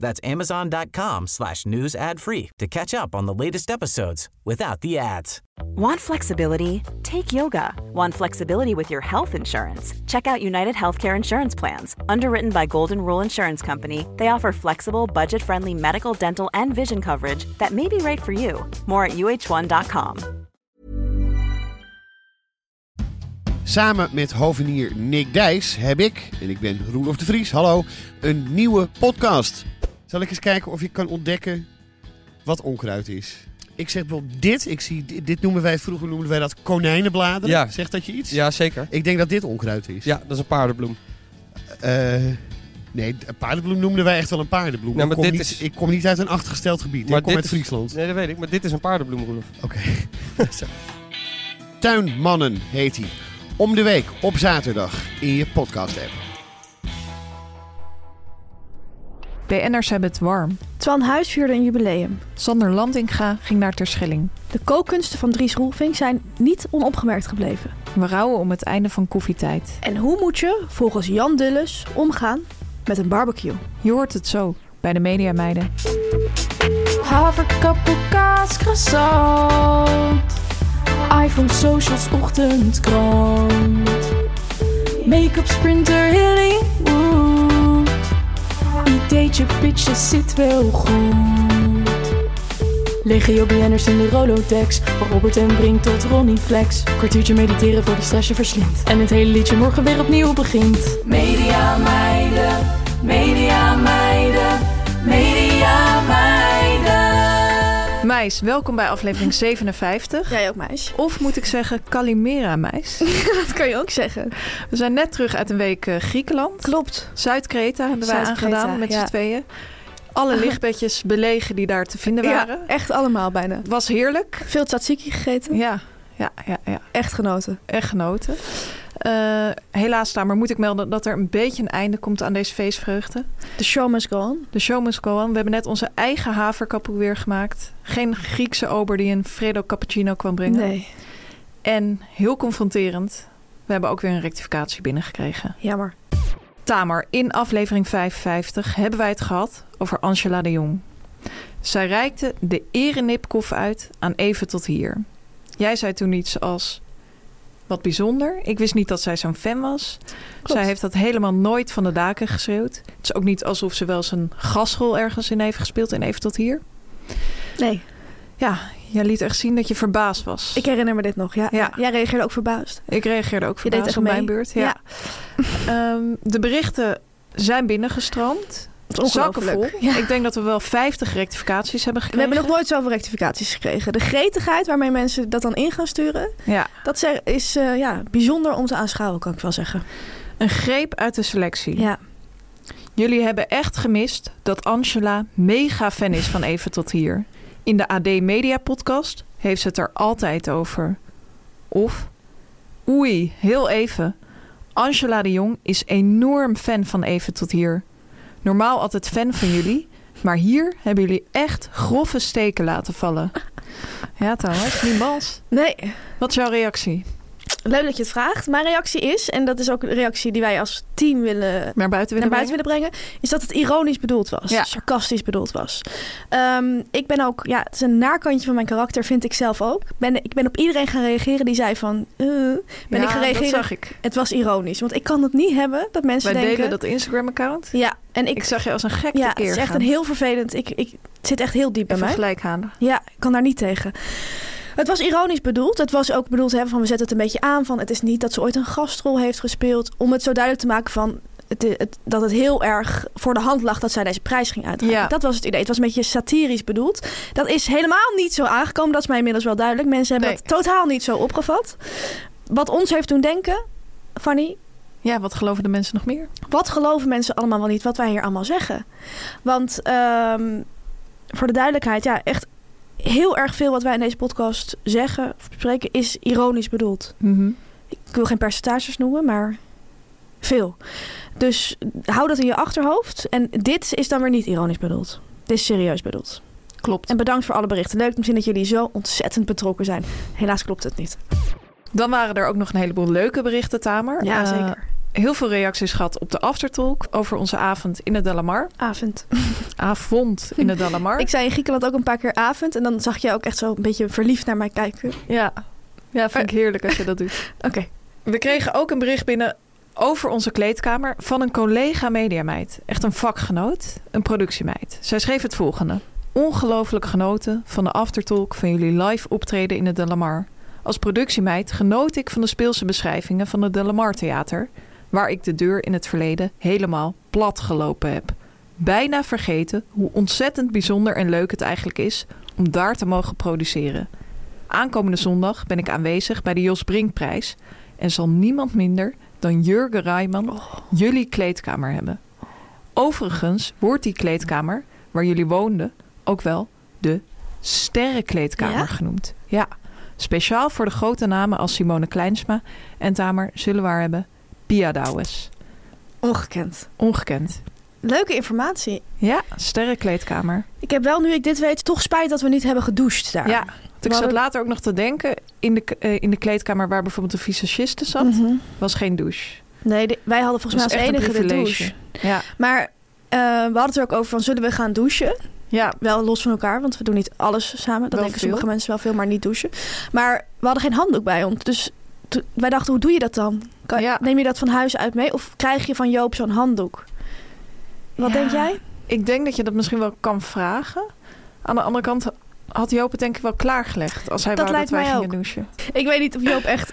That's amazon.com slash news ad free to catch up on the latest episodes without the ads. Want flexibility? Take yoga. Want flexibility with your health insurance? Check out United Healthcare Insurance Plans. Underwritten by Golden Rule Insurance Company, they offer flexible, budget friendly medical, dental, and vision coverage that may be right for you. More at uh1.com. Samen met hovenier Nick Dijs heb ik, en ik ben Roelof de Vries, hallo, een nieuwe podcast. Zal ik eens kijken of je kan ontdekken wat onkruid is? Ik zeg wel dit, ik zie, dit, dit noemen wij, vroeger noemden wij dat konijnenbladeren. Ja. Zegt dat je iets? Ja, zeker. Ik denk dat dit onkruid is. Ja, dat is een paardenbloem. Eh, nee, een paardenbloem noemden wij echt wel een paardenbloem. Nou, maar ik, kom dit niet, is- ik kom niet uit een achtergesteld gebied, ik kom uit is- Friesland. Nee, dat weet ik. Maar dit is een paardenbloem, Roelof. Oké. Tuinmannen heet hij. Om de week op zaterdag in je podcast app. BN'ers hebben het warm. Twan Huis vierde een jubileum. Sander Landinga ging naar Terschelling. De kookkunsten van Dries Roelvink zijn niet onopgemerkt gebleven. We rouwen om het einde van koffietijd. En hoe moet je, volgens Jan Dulles, omgaan met een barbecue? Je hoort het zo bij de Mediameiden. Haverkappel, kaas, croissant. iPhone, socials, ochtendkrant. Make-up, sprinter, Hollywood. Ideetje, pitje, zit wel goed. Legio BN'ers in de Rolodex. Van Robert en Brink tot Ronnie Flex. Kwartiertje mediteren voor die stress je verslindt. En het hele liedje morgen weer opnieuw begint. Media meiden, media meiden, media meiden. Meis, welkom bij aflevering 57. Jij ook, meisje. Of moet ik zeggen, Calimera, meis. Dat kan je ook zeggen. We zijn net terug uit een week eh, Griekenland. Klopt. Zuid-Kreta hebben wij Zuid-Kreta, aangedaan met ja. z'n tweeën. Alle lichtbedjes belegen die daar te vinden waren. Ja, echt allemaal bijna. Het was heerlijk. Veel tzatziki gegeten. Ja, ja, ja, ja. Echt genoten. echt genoten. Eh, helaas, daar maar moet ik melden dat er een beetje een einde komt aan deze feestvreugde. The show must go on. De show must go on. We hebben net onze eigen haverkappel weer gemaakt. Geen Griekse ober die een Fredo cappuccino kwam brengen. Nee, En heel confronterend, we hebben ook weer een rectificatie binnengekregen. jammer. Tamer, in aflevering 55 hebben wij het gehad over Angela de Jong. Zij reikte de erenipkoff uit aan even tot hier. Jij zei toen iets als... Wat bijzonder. Ik wist niet dat zij zo'n fan was. Zij heeft dat helemaal nooit van de daken geschreeuwd. Het is ook niet alsof ze wel eens een gasrol ergens in heeft gespeeld en even tot hier. Nee, Ja, jij liet echt zien dat je verbaasd was. ik herinner me dit nog. Ja. Ja. Jij reageerde ook verbaasd. Ik reageerde ook Je deed verbaasd echt op mijn mee. beurt. Ja. Ehm, de berichten zijn binnengestroomd. Het is ongelooflijk. Zakkenvol. Ja. Ik denk dat we wel 50 rectificaties hebben We gekregen. hebben nog nooit zoveel rectificaties gekregen. De gretigheid waarmee mensen dat dan in gaan sturen, ja. dat ze- is eh, ja, bijzonder om te aanschouwen, kan ik wel zeggen. Een greep uit de selectie. Ja, Jullie hebben echt gemist dat Angela mega fan is van Even Tot Hier. In de AD Media podcast heeft ze het er altijd over. Of, oei, heel even. Angela de Jong is enorm fan van Even Tot Hier. Normaal altijd fan van jullie, maar hier hebben jullie echt grove steken laten vallen. Ja, trouwens, niet mals. nee, Wat is jouw reactie? Leuk dat je het vraagt. Mijn reactie is, en dat is ook een reactie die wij als team willen Naar buiten naar willen buiten willen brengen, is dat het ironisch bedoeld was. Ja. Sarcastisch bedoeld was. Ehm, ik ben ook, ja, het is een naarkantje van mijn karakter, vind ik zelf ook. Ik Ben, ik ben op iedereen gaan reageren die zei van, eh, ben ik Ja, gaan reageren. dat zag ik. Het was ironisch, want ik kan het niet hebben dat mensen Wij denken. delen dat Instagram-account. Ja, en ik, Ik zag je als een gek ja, tekeer het is echt gaan. een heel vervelend. Ik, ik het zit echt heel diep bij Even mij. gelijk halen. Ja, ik kan daar niet tegen. Het was ironisch bedoeld. Het was ook bedoeld hè, van we zetten het een beetje aan van het is niet dat ze ooit een gastrol heeft gespeeld. Om het zo duidelijk te maken van het, het- dat het heel erg voor de hand lag dat zij deze prijs ging uitreiken. Ja. Dat was het idee. Het was een beetje satirisch bedoeld. Dat is helemaal niet zo aangekomen. Dat is mij inmiddels wel duidelijk. Mensen hebben Nee. dat totaal niet zo opgevat. Wat ons heeft doen denken, Fanny, Ja, wat geloven de mensen nog meer? wat geloven mensen allemaal wel niet wat wij hier allemaal zeggen? Want ehm, voor de duidelijkheid, ja, echt heel erg veel wat wij in deze podcast zeggen Mhm. of bespreken is ironisch bedoeld. Ik wil geen percentages noemen, maar Veel. Dus hou dat in je achterhoofd. En dit is dan weer niet ironisch bedoeld. Dit is serieus bedoeld. Klopt. En bedankt voor alle berichten. Leuk om te zien dat jullie zo ontzettend betrokken zijn. Helaas klopt het niet. Dan waren er ook nog een heleboel leuke berichten, Tamer. Ja, Eh, zeker. heel veel reacties gehad op de aftertalk over onze avond in het Dalamar. Avond. Avond in het Dalamar. Ik zei in Griekenland ook een paar keer avond. En dan zag je ook echt zo een beetje verliefd naar mij kijken. Ja. ja, vind ik heerlijk als je dat doet. Oké. We kregen ook een bericht binnen over onze kleedkamer van een collega mediameid. Echt een vakgenoot, een productiemeid. Zij schreef het volgende. Ongelooflijk genoten van de aftertalk van jullie live optreden in het Delamar. Als productiemeid genoot ik van de speelse beschrijvingen van het Delamar Theater... waar ik de deur in het verleden helemaal plat gelopen heb. Bijna vergeten hoe ontzettend bijzonder en leuk het eigenlijk is om daar te mogen produceren. Aankomende zondag ben ik aanwezig bij de Jos Brinkprijs en zal niemand minder dan Jurgen Rijman jullie kleedkamer hebben. Overigens wordt die kleedkamer waar jullie woonden ook wel de Sterrenkleedkamer Ja? genoemd. Ja, speciaal voor de grote namen als Simone Kleinsma en Tamer zullen waar hebben Pia Douwes. Ongekend. Ongekend. Leuke informatie. Ja, Sterrenkleedkamer. Ik heb wel, nu ik dit weet, toch spijt dat we niet hebben gedoucht daar. Ja, want ik We zat hadden- later ook nog te denken in de, k- eh, in de kleedkamer waar bijvoorbeeld de visagiste zat, Mhm. was geen douche. Nee, de- wij hadden volgens mij Dat als is echt een enige de douche. privilege. Ja, Maar eh, we hadden het er ook over van zullen we gaan douchen? ja, Wel los van elkaar, want we doen niet alles samen. Dat Wel denken veel. sommige mensen wel veel, maar niet douchen. Maar we hadden geen handdoek bij ons. Dus to- wij dachten, hoe doe je dat dan? Kan, Ja. Neem je dat van huis uit mee? Of krijg je van Joop zo'n handdoek? Wat Ja. denk jij? ik denk dat je dat misschien wel kan vragen. Aan de andere kant had Joop het denk ik wel klaargelegd als hij Dat wou dat lijkt wij mij gingen ook. douchen. Ik weet niet of Joop echt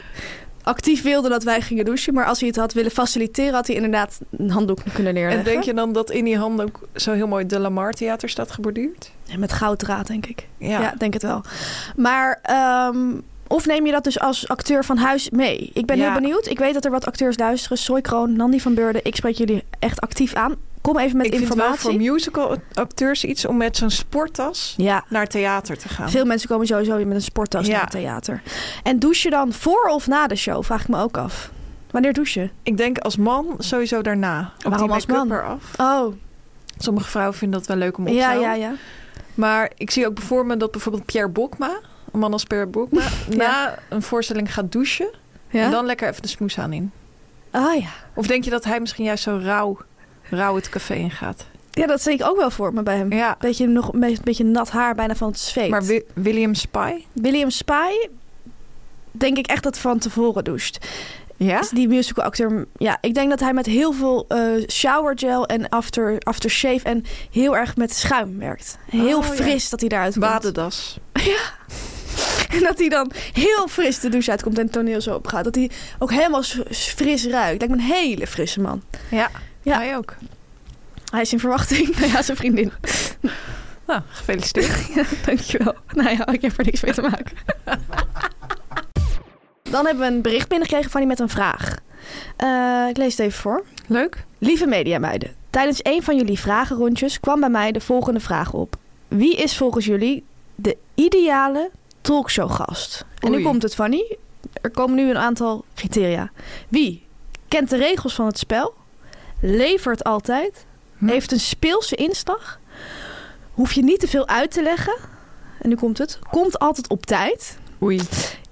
actief wilde dat wij gingen douchen. Maar als hij het had willen faciliteren, had hij inderdaad een handdoek kunnen En neerleggen. denk je dan dat in die hand ook zo heel mooi de Lamar Theater staat geborduurd? Ja, Met gouddraad, denk ik. Ja. Ja, denk het wel. Maar ehm, of neem je dat dus als acteur van huis mee? Ik ben Ja. heel benieuwd. Ik weet dat er wat acteurs luisteren. Soy Kroon, Nandi van Beurden. Ik spreek jullie echt actief aan. Kom even met ik vind wel informatie. voor musical acteurs iets om met zo'n sporttas ja. naar theater te gaan. Veel mensen komen sowieso weer met een sporttas Ja. naar het theater. En douche je dan voor of na de show? Vraag ik me ook af. Wanneer douche je? Ik denk als man sowieso daarna. Ook Waarom die als make-up man? eraf. Oh, Sommige vrouwen vinden dat wel leuk om op te ja, houden. ja, ja. Maar ik zie ook voor me dat bijvoorbeeld Pierre Bokma, een man als Pierre Bokma, na een voorstelling gaat douchen. ja? En dan lekker even de smoes aan in. Ah ja. Of denk je dat hij misschien juist zo rauw, rauw het café ingaat? Ja, dat zie ik ook wel voor me bij hem. Ja. Beetje, nog, een beetje nat haar, bijna van het zweet. Maar Wi- William Spy? William Spy, denk ik echt dat van tevoren doucht. Ja? Is die musical acteur. Ja, ik denk dat hij met heel veel eh showergel en after, aftershave en heel erg met schuim werkt. Heel Oh, ja. fris dat hij daaruit komt. Badendas. En dat hij dan heel fris de douche uitkomt en het toneel zo opgaat. Dat hij ook helemaal s- s- fris ruikt. Lijkt me een hele frisse man. Ja. Ja. Hij ook. Hij is in verwachting. Nou ja, zijn vriendin. Ah, Nou, gefeliciteerd. Dankjewel. Nou ja, ik heb er niks mee te maken. Dan hebben we een bericht binnengekregen van die met een vraag. Eh, ik lees het even voor. Leuk. Lieve mediameiden, tijdens een van jullie vragenrondjes kwam bij mij de volgende vraag op. Wie is volgens jullie de ideale talkshowgast? En nu Oei. komt het, Fanny. Er komen nu een aantal criteria. Wie kent de regels van het spel? Levert altijd? Hm. Heeft een speelse inslag? Hoef je niet te veel uit te leggen? En nu komt het. Komt altijd op tijd? Oei.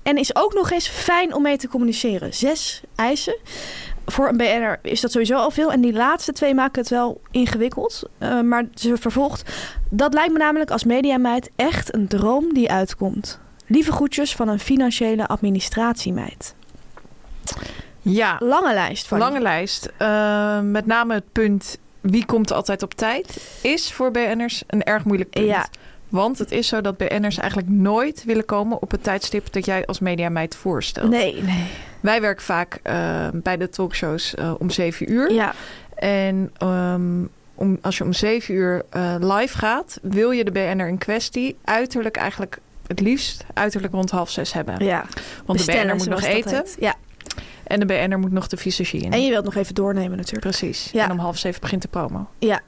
En is ook nog eens fijn om mee te communiceren. Zes eisen. Voor een BN'er is dat sowieso al veel. En die laatste twee maken het wel ingewikkeld. Eh, maar ze vervolgt. Dat lijkt me namelijk als mediameid echt een droom die uitkomt. Lieve groetjes van een financiële administratiemeid. Ja. Lange lijst van. Lange lijst. Eh, met name het punt wie komt altijd op tijd is voor BN'ers een erg moeilijk punt. Ja. Want het is zo dat BN'ers eigenlijk nooit willen komen op het tijdstip dat jij als mediameid voorstelt. Nee, nee. Wij werken vaak eh, bij de talkshows eh, om 7 uur. Ja, En ehm, om, als je om 7 uur eh, live gaat, wil je de BN'er in kwestie uiterlijk eigenlijk het liefst uiterlijk rond half zes hebben. ja. Want de Bestellen, BN'er moet zoals nog dat eten heet. Ja. en de BN'er moet nog de visagie in. En je wilt nog even doornemen natuurlijk. Precies. Ja. En om half zeven begint de promo. Ja.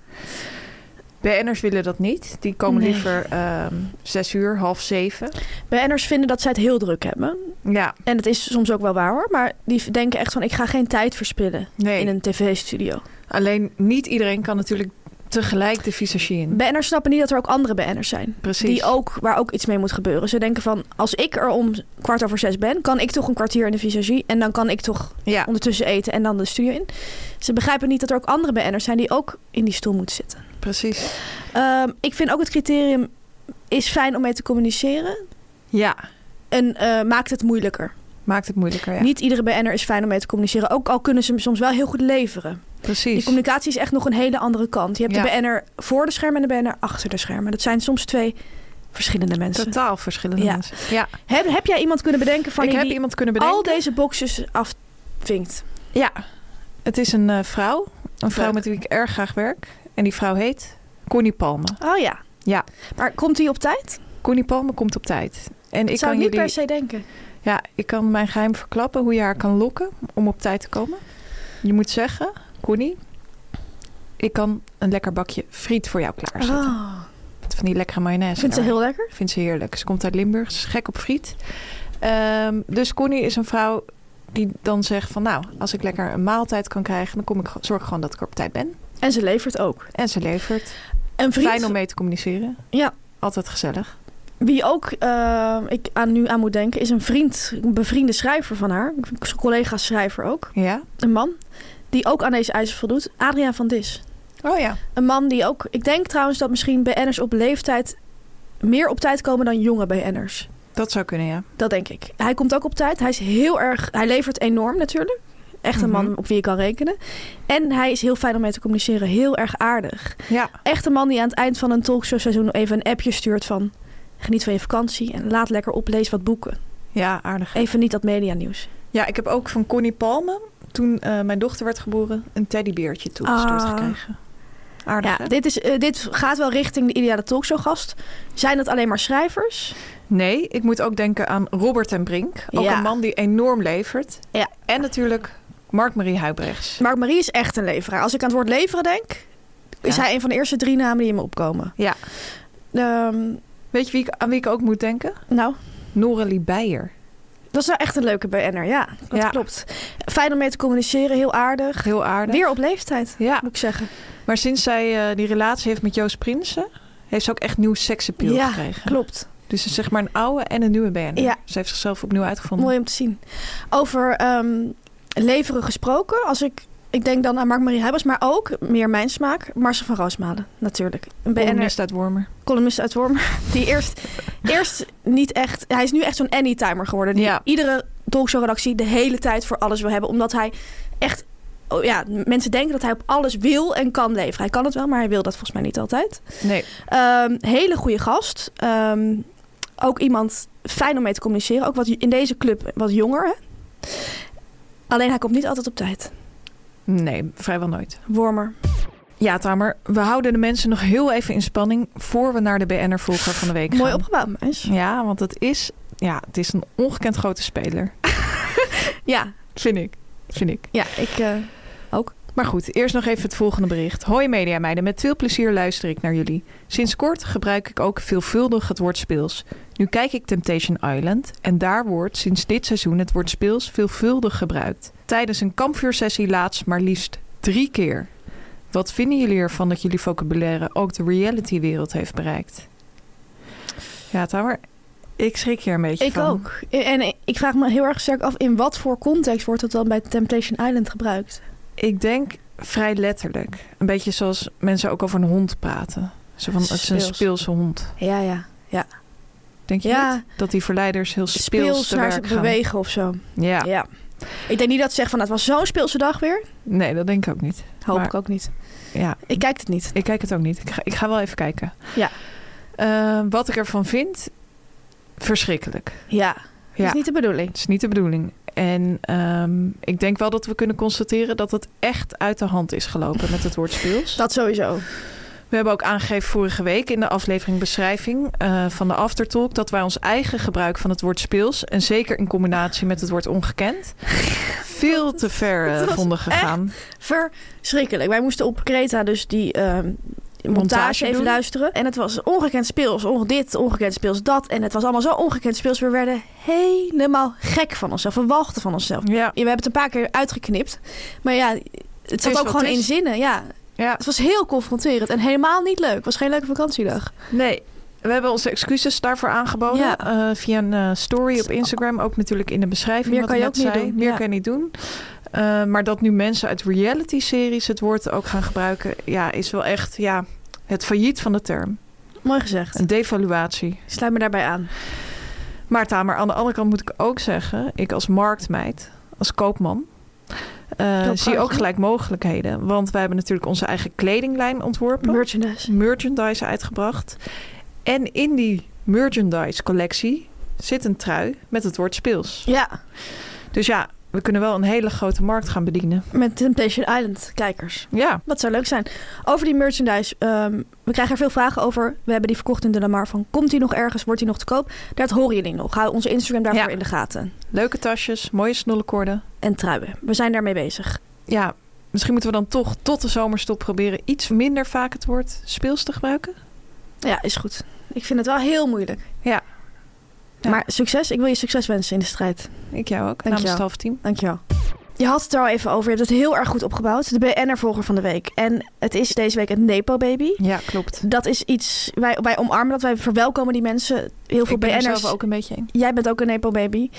BN'ers willen dat niet. Die komen Nee. liever ehm zes uur, half zeven. BN'ers vinden dat zij het heel druk hebben. Ja, En dat is soms ook wel waar hoor. Maar die denken echt van ik ga geen tijd verspillen nee. in een tv-studio. Alleen niet iedereen kan natuurlijk tegelijk de visagie in. BN'ers snappen niet dat er ook andere BN'ers zijn. Precies. Die ook, waar ook iets mee moet gebeuren. Ze denken van, als ik er om kwart over zes ben, kan ik toch een kwartier in de visagie. En dan kan ik toch Ja, ondertussen eten en dan de studio in. Ze begrijpen niet dat er ook andere BN'ers zijn die ook in die stoel moeten zitten. precies. Ehm, ik vind ook het criterium is fijn om mee te communiceren. Ja, En eh, maakt het moeilijker. maakt het moeilijker. Ja. Niet iedere BN'er is fijn om mee te communiceren. Ook al kunnen ze hem soms wel heel goed leveren. Die precies. communicatie is echt nog een hele andere kant. Je hebt de Ja. BN'er voor de schermen en de BN'er achter de schermen. Dat zijn soms twee verschillende mensen. Totaal verschillende Ja. mensen. Ja, Heb, heb jij iemand kunnen bedenken van ik die, heb die iemand kunnen bedenken. al deze boxjes afvinkt? Ja, het is een eh, vrouw. Een vrouw Leuk. met wie ik erg graag werk. En die vrouw heet Connie Palme. Oh ja. Ja. Maar komt die op tijd? Connie Palme komt op tijd. En Ik ik zou kan ik niet jullie, per se denken. ja, ik kan mijn geheim verklappen hoe je haar kan lokken om op tijd te komen. Je moet zeggen, Connie, ik kan een lekker bakje friet voor jou klaarzetten. Oh. Met Van die lekkere Ik mayonaise. vind ze erbij. heel lekker. Vindt ze heerlijk. Ze komt uit Limburg, ze is gek op friet. Ehm, dus Connie is een vrouw die dan zegt van... nou, als ik lekker een maaltijd kan krijgen... dan kom ik, zorg ik gewoon dat ik er op tijd ben. En ze levert ook. En ze levert. Een vriend Fijn om mee te communiceren. Ja. Altijd gezellig. Wie ook eh, ik aan, nu aan moet denken, is een vriend, een bevriende schrijver van haar. Een collega schrijver ook. Ja. Een man. Die ook aan deze eisen voldoet. Adriaan van Dis. Oh ja. Een man die ook... Ik denk trouwens dat misschien BN'ers op leeftijd meer op tijd komen dan jonge BN'ers. Dat zou kunnen, ja. Dat denk ik. Hij komt ook op tijd. Hij is heel erg... Hij levert enorm natuurlijk. Echt een man Mhm. op wie je kan rekenen. En hij is heel fijn om mee te communiceren. Heel erg aardig. Ja. Echt een man die aan het eind van een talkshowseizoen even een appje stuurt van... Geniet van je vakantie en laat lekker op, lees wat boeken. Ja, aardig. Even niet dat medianieuws. Ja, ik heb ook van Connie Palme... toen eh, mijn dochter werd geboren... een teddybeertje toegestuurd Ah. gekregen. Aardig, Ja, hè? dit, is, eh, dit gaat wel richting de ideale talkshowgast. Zijn dat alleen maar schrijvers? Nee, ik moet ook denken aan Robert en Brink. Ook Ja. een man die enorm levert. Ja. En natuurlijk Mark-Marie Huibrechts. Maar Marie is echt een leveraar. Als ik aan het woord leveren denk, is Ja. hij een van de eerste drie namen die in me opkomen. Ja. Ehm, Weet je wie ik, aan wie ik ook moet denken? nou, Noralie Beijer. dat is nou echt een leuke BN'er. Ja, dat Ja. klopt. Fijn om mee te communiceren, heel aardig. Heel aardig. Weer op leeftijd, Ja, moet ik zeggen. maar sinds zij eh, die relatie heeft met Joost Prinsen... heeft ze ook echt nieuw seksappeal Ja, gekregen. Klopt. Dus ze is zeg maar een oude en een nieuwe BN'er. Ja. Ze heeft zichzelf opnieuw uitgevonden. Mooi om te zien. Over ehm, leveren gesproken, als ik... Ik denk dan aan Mark-Marie Huibers, maar ook, meer mijn smaak, Marcel van Roosmalen, natuurlijk. Een BN'er Columnist uit Wormer. columnist uit Wormer. Die eerst, eerst niet echt... Hij is nu echt zo'n anytimer geworden. Die Ja. iedere talkshow-redactie de hele tijd voor alles wil hebben. Omdat hij echt... oh ja, mensen denken dat hij op alles wil en kan leveren. Hij kan het wel, maar hij wil dat volgens mij niet altijd. Nee. Ehm, hele goede gast. Ehm, ook iemand fijn om mee te communiceren. Ook wat, in deze club wat jonger. Hè? Alleen hij komt niet altijd op tijd. Nee, vrijwel nooit. Wormer. Ja, Tamer, we houden de mensen nog heel even in spanning... voor we naar de BN'er-volger van de week Mooi gaan. opgebouwd, meis. Ja, want het is, ja, het is een ongekend grote speler. Ja, Vind ik. Vind ik. ja ik... eh, Maar goed, eerst nog even het volgende bericht. Hoi media meiden, met veel plezier luister ik naar jullie. Sinds kort gebruik ik ook veelvuldig het woord speels. Nu kijk ik Temptation Island en daar wordt sinds dit seizoen het woord speels veelvuldig gebruikt. Tijdens een kampvuursessie laatst maar liefst drie keer. Wat vinden jullie ervan dat jullie vocabulaire ook de realitywereld heeft bereikt? Ja, Tamer, ik schrik hier een beetje Ik van. ook. En ik vraag me heel erg sterk af in wat voor context wordt het dan bij Temptation Island gebruikt? Ik denk vrij letterlijk. Een beetje zoals mensen ook over een hond praten. Zo van, het is een Speels. speelse hond. Ja, ja. Denk je Ja. niet? Dat die verleiders heel speels, Speels te naar werk zich gaan. bewegen of zo. Ja. Ja. Ik denk niet dat ze zeggen van "Nou, het was zo'n speelse dag weer. nee, dat denk ik ook niet. Hoop Maar- ik ook niet. Ja, Ik kijk het niet. ik kijk het ook niet. Ik ga, ik ga wel even kijken. Ja. Eh, wat ik ervan vind, verschrikkelijk. Ja. Dat Ja. is niet de bedoeling. Het is niet de bedoeling. En ehm, ik denk wel dat we kunnen constateren dat het echt uit de hand is gelopen met het woord speels. Dat sowieso. We hebben ook aangegeven vorige week in de aflevering beschrijving eh, van de Aftertalk dat wij ons eigen gebruik van het woord speels en zeker in combinatie met het woord ongekend veel te ver eh, Het was vonden gegaan. Verschrikkelijk. Wij moesten op Creta dus die ehm, montage Montage even doen. luisteren. En het was ongekend speels, onge dit, ongekend speels dat. En het was allemaal zo ongekend speels. We werden helemaal gek van onszelf. We walgden van onszelf. Ja, Ja, we hebben het een paar keer uitgeknipt. Maar ja, het zat is ook wat gewoon het in is. zinnen. Ja. ja. Het was heel confronterend en helemaal niet leuk. Het was geen leuke vakantiedag. Nee, we hebben onze excuses daarvoor aangeboden. Ja. eh, via een eh, story op Instagram. Ook natuurlijk in de beschrijving. Meer wat kan ik je net ook niet zei. doen, Meer ja. kan je niet doen. Eh, maar dat nu mensen uit reality-series het woord ook gaan gebruiken... ja, is wel echt ja, het failliet van de term. Mooi gezegd. Een devaluatie. Sluit me daarbij aan. Maar Tamer, aan de andere kant moet ik ook zeggen... ik als marktmeid, als koopman... eh, Dat zie kan ook je. gelijk mogelijkheden. Want wij hebben natuurlijk onze eigen kledinglijn ontworpen. Merchandise. merchandise uitgebracht. En in die merchandise collectie zit een trui met het woord speels. Ja, Dus ja, we kunnen wel een hele grote markt gaan bedienen. met Temptation Island kijkers. Ja, Dat zou leuk zijn. Over die merchandise. ehm, we krijgen er veel vragen over. We hebben die verkocht in de Lamar. Van, komt die nog ergens? Wordt die nog te koop? Dat horen jullie nog. Hou onze Instagram daarvoor Ja. in de gaten. leuke tasjes, mooie snollekoorden. En truien. We zijn daarmee bezig. Ja, misschien moeten we dan toch tot de zomerstop proberen iets minder vaak het woord speels te gebruiken. Ja, is goed. Ik vind het wel heel moeilijk. Ja. Ja. Maar succes. Ik wil je succes wensen in de strijd. Ik jou ook, Dank namens jou. het halve team. Dankjewel. Je had het er al even over. Je hebt het heel erg goed opgebouwd. De BN'er-volger van de week. En het is deze week een Nepo-baby. Ja, klopt. Dat is iets... Wij, wij omarmen dat. Wij verwelkomen die mensen. Heel veel Ik ben er BN'ers... zelf ook een beetje in. Jij bent ook een Nepo-baby.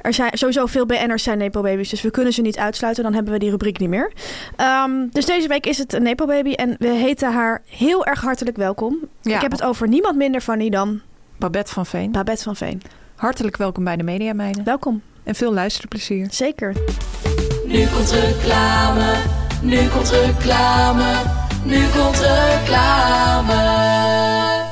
Er zijn sowieso veel BN'ers zijn Nepo-babies. Dus we kunnen ze niet uitsluiten. Dan hebben we die rubriek niet meer. Ehm, dus deze week is het een Nepo-baby. En we heten haar heel erg hartelijk welkom. Ja. Ik heb het over niemand minder van die dan Babette van Veen. Babette van Veen. Hartelijk welkom bij de Media Meiden. Welkom. En veel luisterplezier. Zeker. Nu komt reclame, nu komt reclame, nu komt reclame.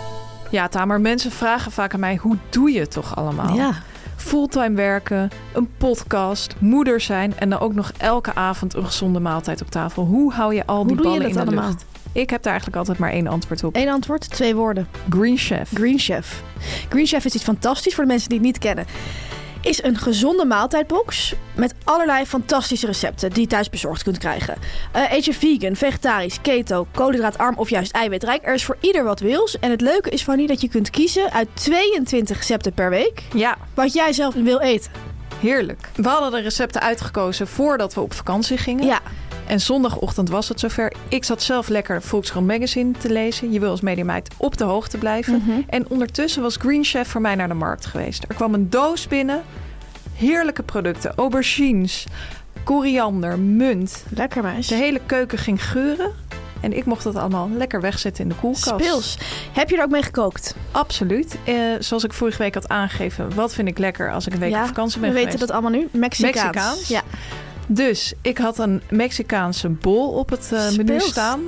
Ja, Tamer, mensen vragen vaak aan mij, hoe doe je het toch allemaal? fulltime werken, een podcast, moeder zijn en dan ook nog elke avond een gezonde maaltijd op tafel. Hoe hou je al Hoe die doe je ballen dat in de allemaal? lucht? Ik heb daar eigenlijk altijd maar één antwoord op. Eén antwoord, twee woorden. Green Chef. Green Chef. Green Chef is iets fantastisch voor de mensen die het niet kennen. Is een gezonde maaltijdbox met allerlei fantastische recepten die je thuis bezorgd kunt krijgen. Eh eet je vegan, vegetarisch, keto, koolhydraatarm of juist eiwitrijk. Er is voor ieder wat wils. En het leuke is van die dat je kunt kiezen uit 22 recepten per week Ja, wat jij zelf wil eten. heerlijk. We hadden de recepten uitgekozen voordat we op vakantie gingen. Ja, En zondagochtend was het zover. Ik zat zelf lekker Volkskrant Magazine te lezen. Je wil als mediameid op de hoogte blijven. Mhm. En ondertussen was Green Chef voor mij naar de markt geweest. Er kwam een doos binnen. Heerlijke producten. Aubergines, koriander, munt. lekker meis. De hele keuken ging geuren. En ik mocht dat allemaal lekker wegzetten in de koelkast. Speels. Heb je er ook mee gekookt? Absoluut. Eh, zoals ik vorige week had aangegeven. Wat vind ik lekker als ik een week ja, op vakantie we ben weten geweest. dat allemaal nu. Mexicaans. Mexicaans? Ja. Dus ik had een Mexicaanse bol op het eh, menu Speels. staan.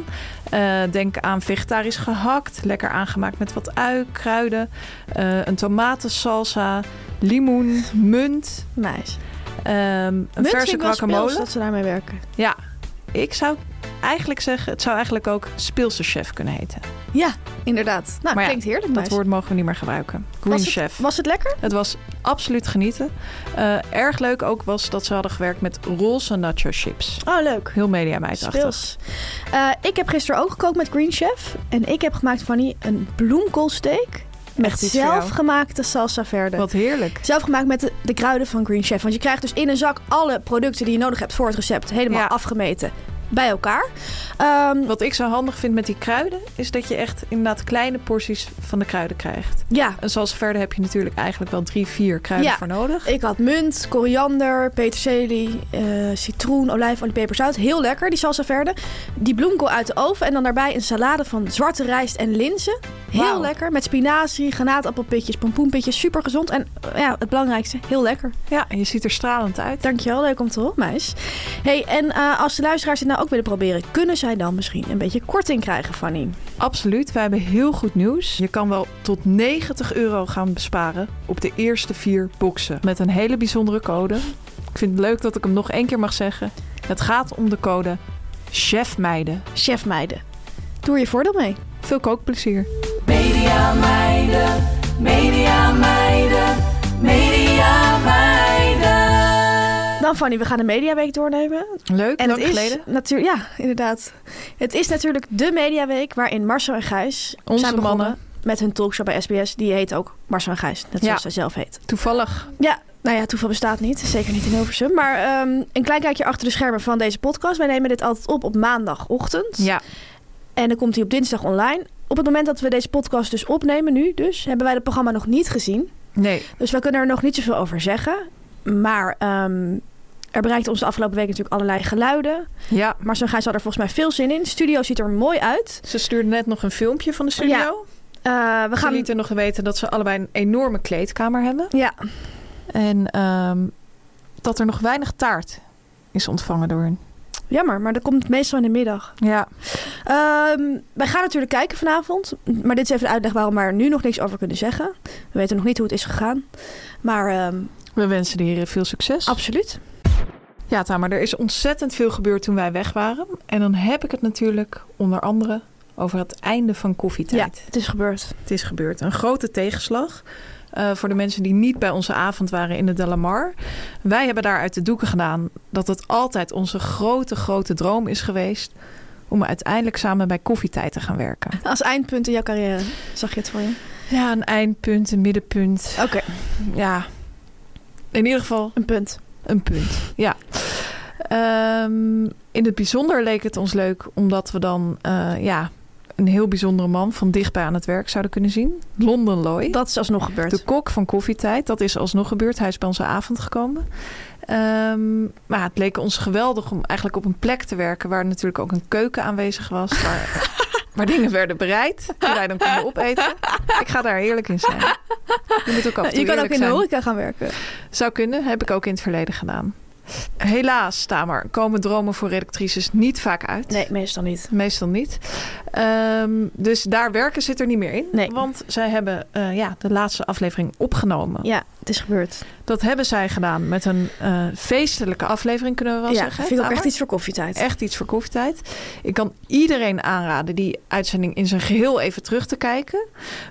Eh, denk aan vegetarisch gehakt. Lekker aangemaakt met wat ui, kruiden. eh, een tomatensalsa. Limoen, munt. Nice. ehm, een Munt vind verse ik wel speels guacamole. dat ze daarmee werken. Ja, ik zou eigenlijk zeggen... het zou eigenlijk ook speelse chef kunnen heten. Ja, inderdaad. Nou, Maar ja, klinkt heerlijk. Dat meis. woord mogen we niet meer gebruiken. Green was Chef. Het, was het lekker? Het was absoluut genieten. Eh, erg leuk ook was dat ze hadden gewerkt met roze nacho chips. Oh, leuk. Heel mediameidachtig. Speels. Eh, ik heb gisteren ook gekookt met Green Chef. En ik heb gemaakt van die een bloemkoolsteak. Met Echt iets voor jou. zelfgemaakte salsa verde. Wat heerlijk. Zelf gemaakt met de, de kruiden van Green Chef. Want je krijgt dus in een zak alle producten die je nodig hebt voor het recept. Helemaal Ja. afgemeten bij elkaar. Ehm, Wat ik zo handig vind met die kruiden is dat je echt inderdaad kleine porties van de kruiden krijgt. ja, En zoals verder heb je natuurlijk eigenlijk wel drie, vier kruiden Ja. voor nodig. ik had munt, koriander, peterselie, eh, citroen, olijfolie, peperzout. Heel lekker, die salsa verde. Die bloemkool uit de oven en dan daarbij een salade van zwarte rijst en linzen. Heel Wauw. lekker, met spinazie, granaatappelpitjes, pompoenpitjes. Super gezond en eh, ja, het belangrijkste, heel lekker. Ja, en je ziet er stralend uit. Dankjewel, leuk om te horen, meis. hey, en eh, als de luisteraars het nou ook willen proberen... kunnen zij dan misschien een beetje korting krijgen, Fanny? Absoluut, wij hebben heel goed nieuws. Je kan wel tot 90 euro gaan besparen op de eerste vier boxen. Met een hele bijzondere code. Ik vind het leuk dat ik hem nog één keer mag zeggen. Het gaat om de code CHEFMEIDEN. Chef meiden, doe er je voordeel mee. Veel kookplezier. Media meiden, media meiden, media meiden. Dan Nou, Fanny, we gaan de Mediaweek doornemen. Leuk, En lang het is geleden. natuurlijk, ja, inderdaad. Het is natuurlijk de Mediaweek waarin Marcel en Gijs Onze zijn begonnen mannen. met hun talkshow bij SBS. Die heet ook Marcel en Gijs, net Ja. zoals zij zelf heet. Toevallig. Ja, nou ja, toeval bestaat niet. Zeker niet in Hilversum. Maar ehm, een klein kijkje achter de schermen van deze podcast. Wij nemen dit altijd op op maandagochtend. Ja. En dan komt hij op dinsdag online. Op het moment dat we deze podcast dus opnemen nu, dus, hebben wij het programma nog niet gezien. Nee. Dus wij kunnen er nog niet zoveel over zeggen. Maar ehm, er bereikt ons de afgelopen week natuurlijk allerlei geluiden. Ja. Maar zo'n Gijs had er volgens mij veel zin in. Studio ziet er mooi uit. Ze stuurde net nog een filmpje van de studio. Ja, Eh, we We gaan gaan... lieten nog weten dat ze allebei een enorme kleedkamer hebben. Ja, En ehm, dat er nog weinig taart is ontvangen door hun. jammer, maar dat komt meestal in de middag. Ja. Ehm, wij gaan natuurlijk kijken vanavond. Maar dit is even de uitleg waarom we er nu nog niks over kunnen zeggen. We weten nog niet hoe het is gegaan. Maar ehm, We wensen de heren veel succes. absoluut. Ja, Tamer, er is ontzettend veel gebeurd toen wij weg waren. En dan heb ik het natuurlijk onder andere over het einde van koffietijd. Ja, het is gebeurd. Het is gebeurd. Een grote tegenslag. eh, voor de mensen die niet bij onze avond waren in de Delamar. Wij hebben daar uit de doeken gedaan dat het altijd onze grote, grote droom is geweest. om uiteindelijk samen bij koffietijd te gaan werken. Als eindpunt in jouw carrière zag je het voor je. Ja, een eindpunt, een middenpunt. Oké, Ja, in ieder geval een punt. Een punt, ja. Ehm, in het bijzonder leek het ons leuk omdat we dan eh, ja, een heel bijzondere man van dichtbij aan het werk zouden kunnen zien. London Loy, Dat is alsnog gebeurd. de kok van Koffietijd. Dat is alsnog gebeurd. Hij is bij onze avond gekomen. Ehm, maar het leek ons geweldig om eigenlijk op een plek te werken waar natuurlijk ook een keuken aanwezig was. Waar, waar dingen werden bereid die wij dan konden opeten. Ik ga daar eerlijk in zijn. Je moet ook af en toe je kan ook eerlijk in de zijn. horeca gaan werken. Zou kunnen, heb ik ook in het verleden gedaan. Helaas, Tamer, komen dromen voor redactrices niet vaak uit. Nee, meestal niet. Meestal niet. Ehm, dus daar werken zit er niet meer in. Nee. Want zij hebben eh, ja, de laatste aflevering opgenomen. Ja, het is gebeurd. Dat hebben zij gedaan met een eh, feestelijke aflevering, kunnen we wel ja, zeggen. hè, vind ik ook Tamer? echt iets voor koffietijd. Echt iets voor koffietijd. Ik kan iedereen aanraden die uitzending in zijn geheel even terug te kijken.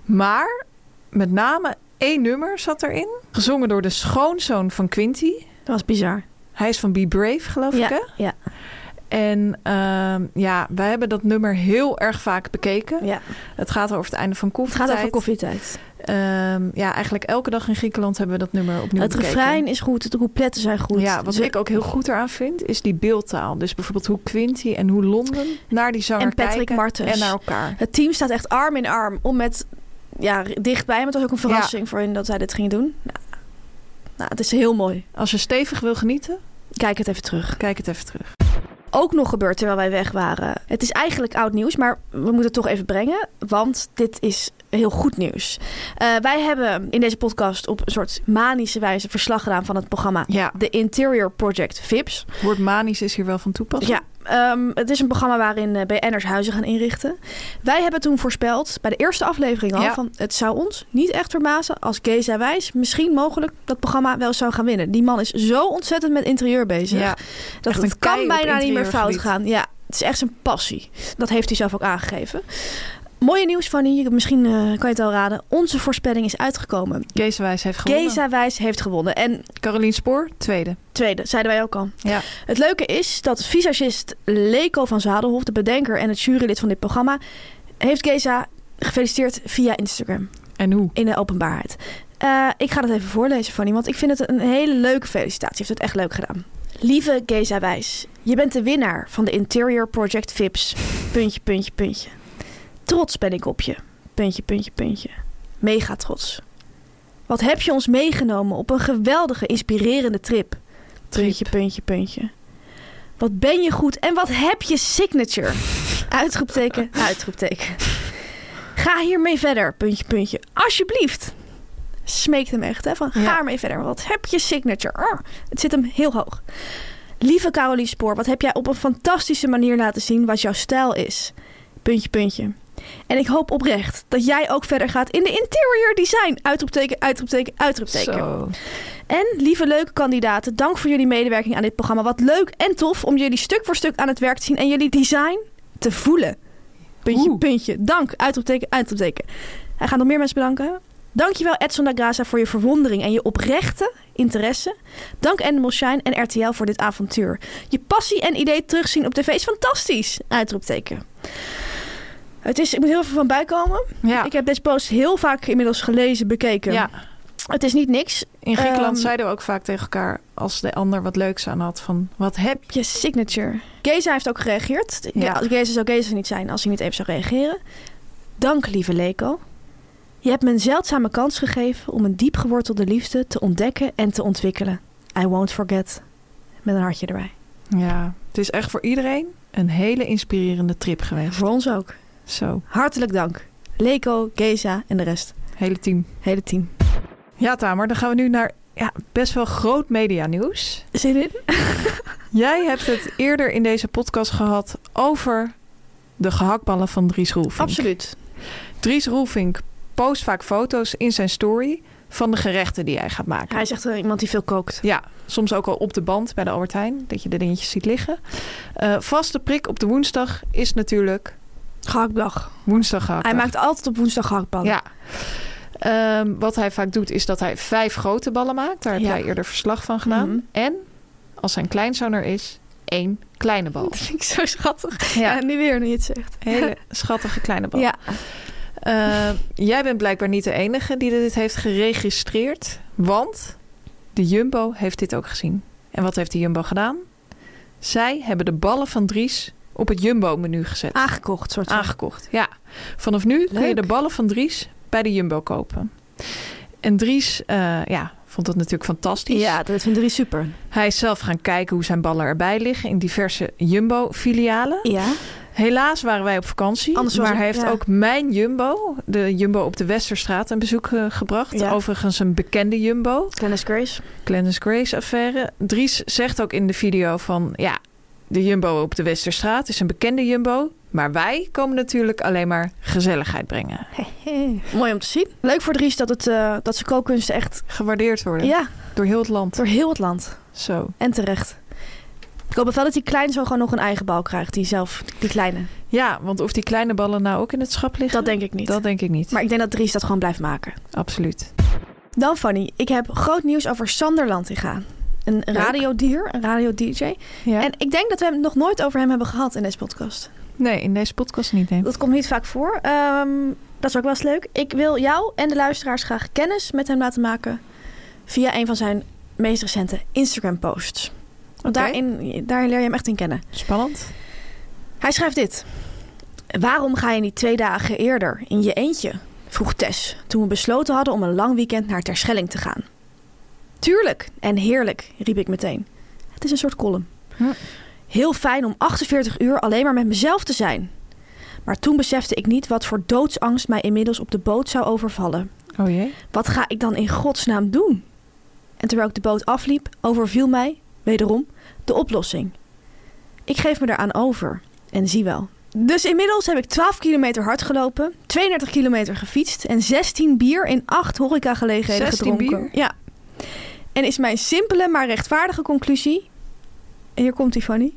Maar met name één nummer zat erin. Gezongen door de schoonzoon van Quinty. Dat was bizar. Hij is van Be Brave, geloof ik. Hè? Ja, ja, En ehm, ja, wij hebben dat nummer heel erg vaak bekeken. ja. Het gaat over het einde van Het koffietijd. gaat over koffietijd. Ehm, ja, eigenlijk elke dag in Griekenland hebben we dat nummer opnieuw Het bekeken. refrein is goed, de coupletten zijn goed. Ja, wat Ze- ik ook heel goed eraan vind, is die beeldtaal. Dus bijvoorbeeld hoe Quinty en hoe Londen naar die zanger En Patrick kijken Martens. en naar elkaar. Het team staat echt arm in arm om met ja, r- dichtbij. Maar het was ook een verrassing voor hen dat zij dit gingen doen. Nou, nou, het is heel mooi. Als je stevig wil genieten, Kijk het even terug. kijk het even terug. Ook nog gebeurd terwijl wij weg waren. Het is eigenlijk oud nieuws, maar we moeten het toch even brengen. Want dit is heel goed nieuws. Eh, wij hebben in deze podcast op een soort manische wijze verslag gedaan van het programma. Ja, The Interior Project VIPS. het woord manisch is hier wel van toepassing. Ja, ehm, het is een programma waarin eh, BN'ers huizen gaan inrichten. Wij hebben toen voorspeld, bij de eerste aflevering al, Ja. van het zou ons niet echt verbazen als Geza Wijs misschien mogelijk dat programma wel zou gaan winnen. Die man is zo ontzettend met interieur bezig. Ja, dat echt het een kei kan op bijna niet meer fout interieurgebied. gaan. Ja, het is echt zijn passie. Dat heeft hij zelf ook aangegeven. Mooie nieuws, Fanny. Misschien eh, kan je het al raden. Onze voorspelling is uitgekomen. Kees Wijs heeft gewonnen. Geza Wijs heeft gewonnen. En Carolien Spoor, tweede. tweede, zeiden wij ook al. Ja. Het leuke is dat visagist Leko van Zadelhof, de bedenker en het jurylid van dit programma, heeft Geza gefeliciteerd via Instagram En hoe? in de openbaarheid. Eh, ik ga dat even voorlezen van iemand. Ik vind het een hele leuke felicitatie. Heeft het echt leuk gedaan. Lieve Geza Wijs, je bent de winnaar van de Interior Project VIPS. Puntje, puntje, puntje. Trots ben ik op je. Puntje, puntje, puntje. Mega trots. Wat heb je ons meegenomen op een geweldige, inspirerende trip. Puntje, puntje, puntje. Wat ben je goed en wat heb je signature? Uitroepteken, uitroepteken. Ga hiermee verder, puntje, puntje. Alsjeblieft. Smeekt hem echt, hè? Van, ga Ja. ermee verder. Wat heb je signature? Arr, het zit hem heel hoog. Lieve Carolie Spoor, wat heb jij op een fantastische manier laten zien wat jouw stijl is? Puntje, puntje. En ik hoop oprecht dat jij ook verder gaat in de interior design. Uitroepteken, uitroepteken, uitroepteken. Zo. En lieve leuke kandidaten, dank voor jullie medewerking aan dit programma. Wat leuk en tof om jullie stuk voor stuk aan het werk te zien en jullie design te voelen. Puntje, Oeh. puntje. Dank. Uitroepteken, uitroepteken. Hij gaat nog meer mensen bedanken. Dankjewel Edson da Graza voor je verwondering en je oprechte interesse. Dank Animal Shine en RTL voor dit avontuur. Je passie en idee terugzien op tv is fantastisch! Uitroepteken. Het is, ik moet heel even van bijkomen. Ja, Ik heb deze post heel vaak inmiddels gelezen, bekeken. ja. Het is niet niks. in Griekenland Ehm, zeiden we ook vaak tegen elkaar... als de ander wat leuks aan had van... wat heb je? Je signature. Geza heeft ook gereageerd. Ja. Ja. Geza zou Geza niet zijn als hij niet even zou reageren. Dank, lieve Leko. Je hebt me een zeldzame kans gegeven om een diepgewortelde liefde te ontdekken en te ontwikkelen. I won't forget. Met een hartje erbij. Ja, het is echt voor iedereen een hele inspirerende trip geweest. Voor ons ook. Zo, Hartelijk dank. Leko, Geza en de rest. hele team. Hele team. Ja, Tamer, dan gaan we nu naar ja, best wel groot medianieuws. Zin in? Jij hebt het eerder in deze podcast gehad over de gehaktballen van Dries Roelvink. Absoluut. Dries Roelvink post vaak foto's in zijn story van de gerechten die hij gaat maken. Hij is echt eh, iemand die veel kookt. Ja, soms ook al op de band bij de Albert Heijn, dat je de dingetjes ziet liggen. Eh, vaste prik op de woensdag is natuurlijk Gehaktdag. woensdag gehaktdag. Hij maakt altijd op woensdag gehaktballen. Ja. Ehm, wat hij vaak doet is dat hij vijf grote ballen maakt. Daar heb Ja. jij eerder verslag van gedaan. Mhm. En als zijn kleinzoon er is, één kleine bal. Dat vind ik zo schattig. Ja, Ja, nu weer nu je het zegt. hele schattige kleine bal. Ja. Ehm, jij bent blijkbaar niet de enige die dit heeft geregistreerd. Want de Jumbo heeft dit ook gezien. En wat heeft de Jumbo gedaan? Zij hebben de ballen van Dries op het Jumbo-menu gezet. Aangekocht, soort van. Aangekocht, ja. Vanaf nu kun je Leuk. de ballen van Dries bij de Jumbo kopen. En Dries eh, ja, vond dat natuurlijk fantastisch. Ja, dat vindt Dries super. Hij is zelf gaan kijken hoe zijn ballen erbij liggen in diverse Jumbo-filialen. Ja. Helaas waren wij op vakantie, Anders was maar het- hij heeft ja. ook mijn Jumbo, de Jumbo op de Westerstraat, een bezoek eh, gebracht. Ja. Overigens een bekende Jumbo, Glennis Grace. Glennis Grace affaire. Dries zegt ook in de video van, ja, de Jumbo op de Westerstraat is een bekende Jumbo, maar wij komen natuurlijk alleen maar gezelligheid brengen. Mooi om te zien. Leuk voor Dries dat, het, eh, dat zijn kookkunsten echt gewaardeerd worden ja, door heel het land. door heel het land. Zo. En terecht. Ik hoop wel dat die klein zo gewoon nog een eigen bal krijgt. Die zelf, die kleine. Ja, want of die kleine ballen nou ook in het schap liggen, Dat denk ik niet. dat denk ik niet. Maar ik denk dat Dries dat gewoon blijft maken. Absoluut. Dan Fanny, ik heb groot nieuws over Sander Lantinga. Een radiodier, een radio-dj. Ja. En ik denk dat we het nog nooit over hem hebben gehad in deze podcast. Nee, in deze podcast niet. Nee. Dat komt niet vaak voor. Ehm, dat is ook wel eens leuk. Ik wil jou en de luisteraars graag kennis met hem laten maken via een van zijn meest recente Instagram-posts. Want Oké. daarin, daarin leer je hem echt in kennen. Spannend. Hij schrijft dit. Waarom ga je niet twee dagen eerder in je eentje? vroeg Tess toen we besloten hadden om een lang weekend naar Terschelling te gaan. Tuurlijk en heerlijk, riep ik meteen. Het is een soort column. Hm. Heel fijn om 48 uur alleen maar met mezelf te zijn. Maar toen besefte ik niet wat voor doodsangst mij inmiddels op de boot zou overvallen. Oh jee. Wat ga ik dan in godsnaam doen? En terwijl ik de boot afliep, overviel mij, wederom, de oplossing. Ik geef me daaraan over en zie wel. Dus inmiddels heb ik 12 kilometer hard gelopen, 32 kilometer gefietst en 16 bier in 8 horecagelegenheden 16 gedronken. bier? Ja. En is mijn simpele maar rechtvaardige conclusie. En hier komt die Fanny.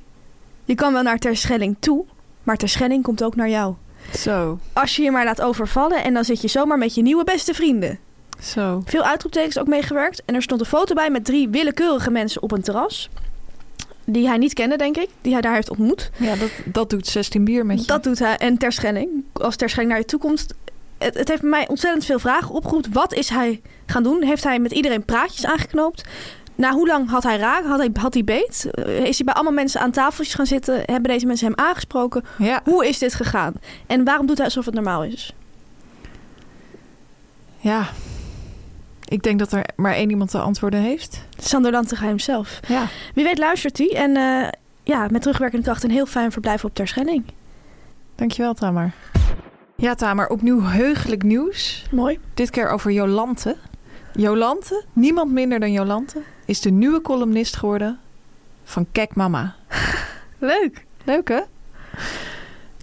Je kan wel naar Terschelling toe, maar Terschelling komt ook naar jou. Zo. Als je je maar laat overvallen en dan zit je zomaar met je nieuwe beste vrienden. Zo. Veel uitroeptekens ook meegewerkt. En er stond een foto bij met drie willekeurige mensen op een terras. Die hij niet kende, denk ik. Die hij daar heeft ontmoet. Ja, dat, dat doet 16 bier met je. Dat doet hij. En Terschelling. Als Terschelling naar je toe komt. Het, het heeft bij mij ontzettend veel vragen opgeroepen. Wat is hij gaan doen? Heeft hij met iedereen praatjes aangeknoopt? Na hoe lang had hij raak? Had hij, had hij beet? Eh, Is hij bij allemaal mensen aan tafeltjes gaan zitten? Hebben deze mensen hem aangesproken? Ja. Hoe is dit gegaan? En waarom doet hij alsof het normaal is? ja. Ik denk dat er maar één iemand de antwoorden heeft. Sander Lantinga hemzelf. Ja. Wie weet luistert hij. En eh, ja, met terugwerkende kracht een heel fijn verblijf op Terschelling. Dankjewel, Tamer. Ja, Tamer, opnieuw heugelijk nieuws. Mooi. Dit keer over Jolante. Jolante, niemand minder dan Jolante, is de nieuwe columnist geworden van Kijk Mama. Leuk. Leuk hè?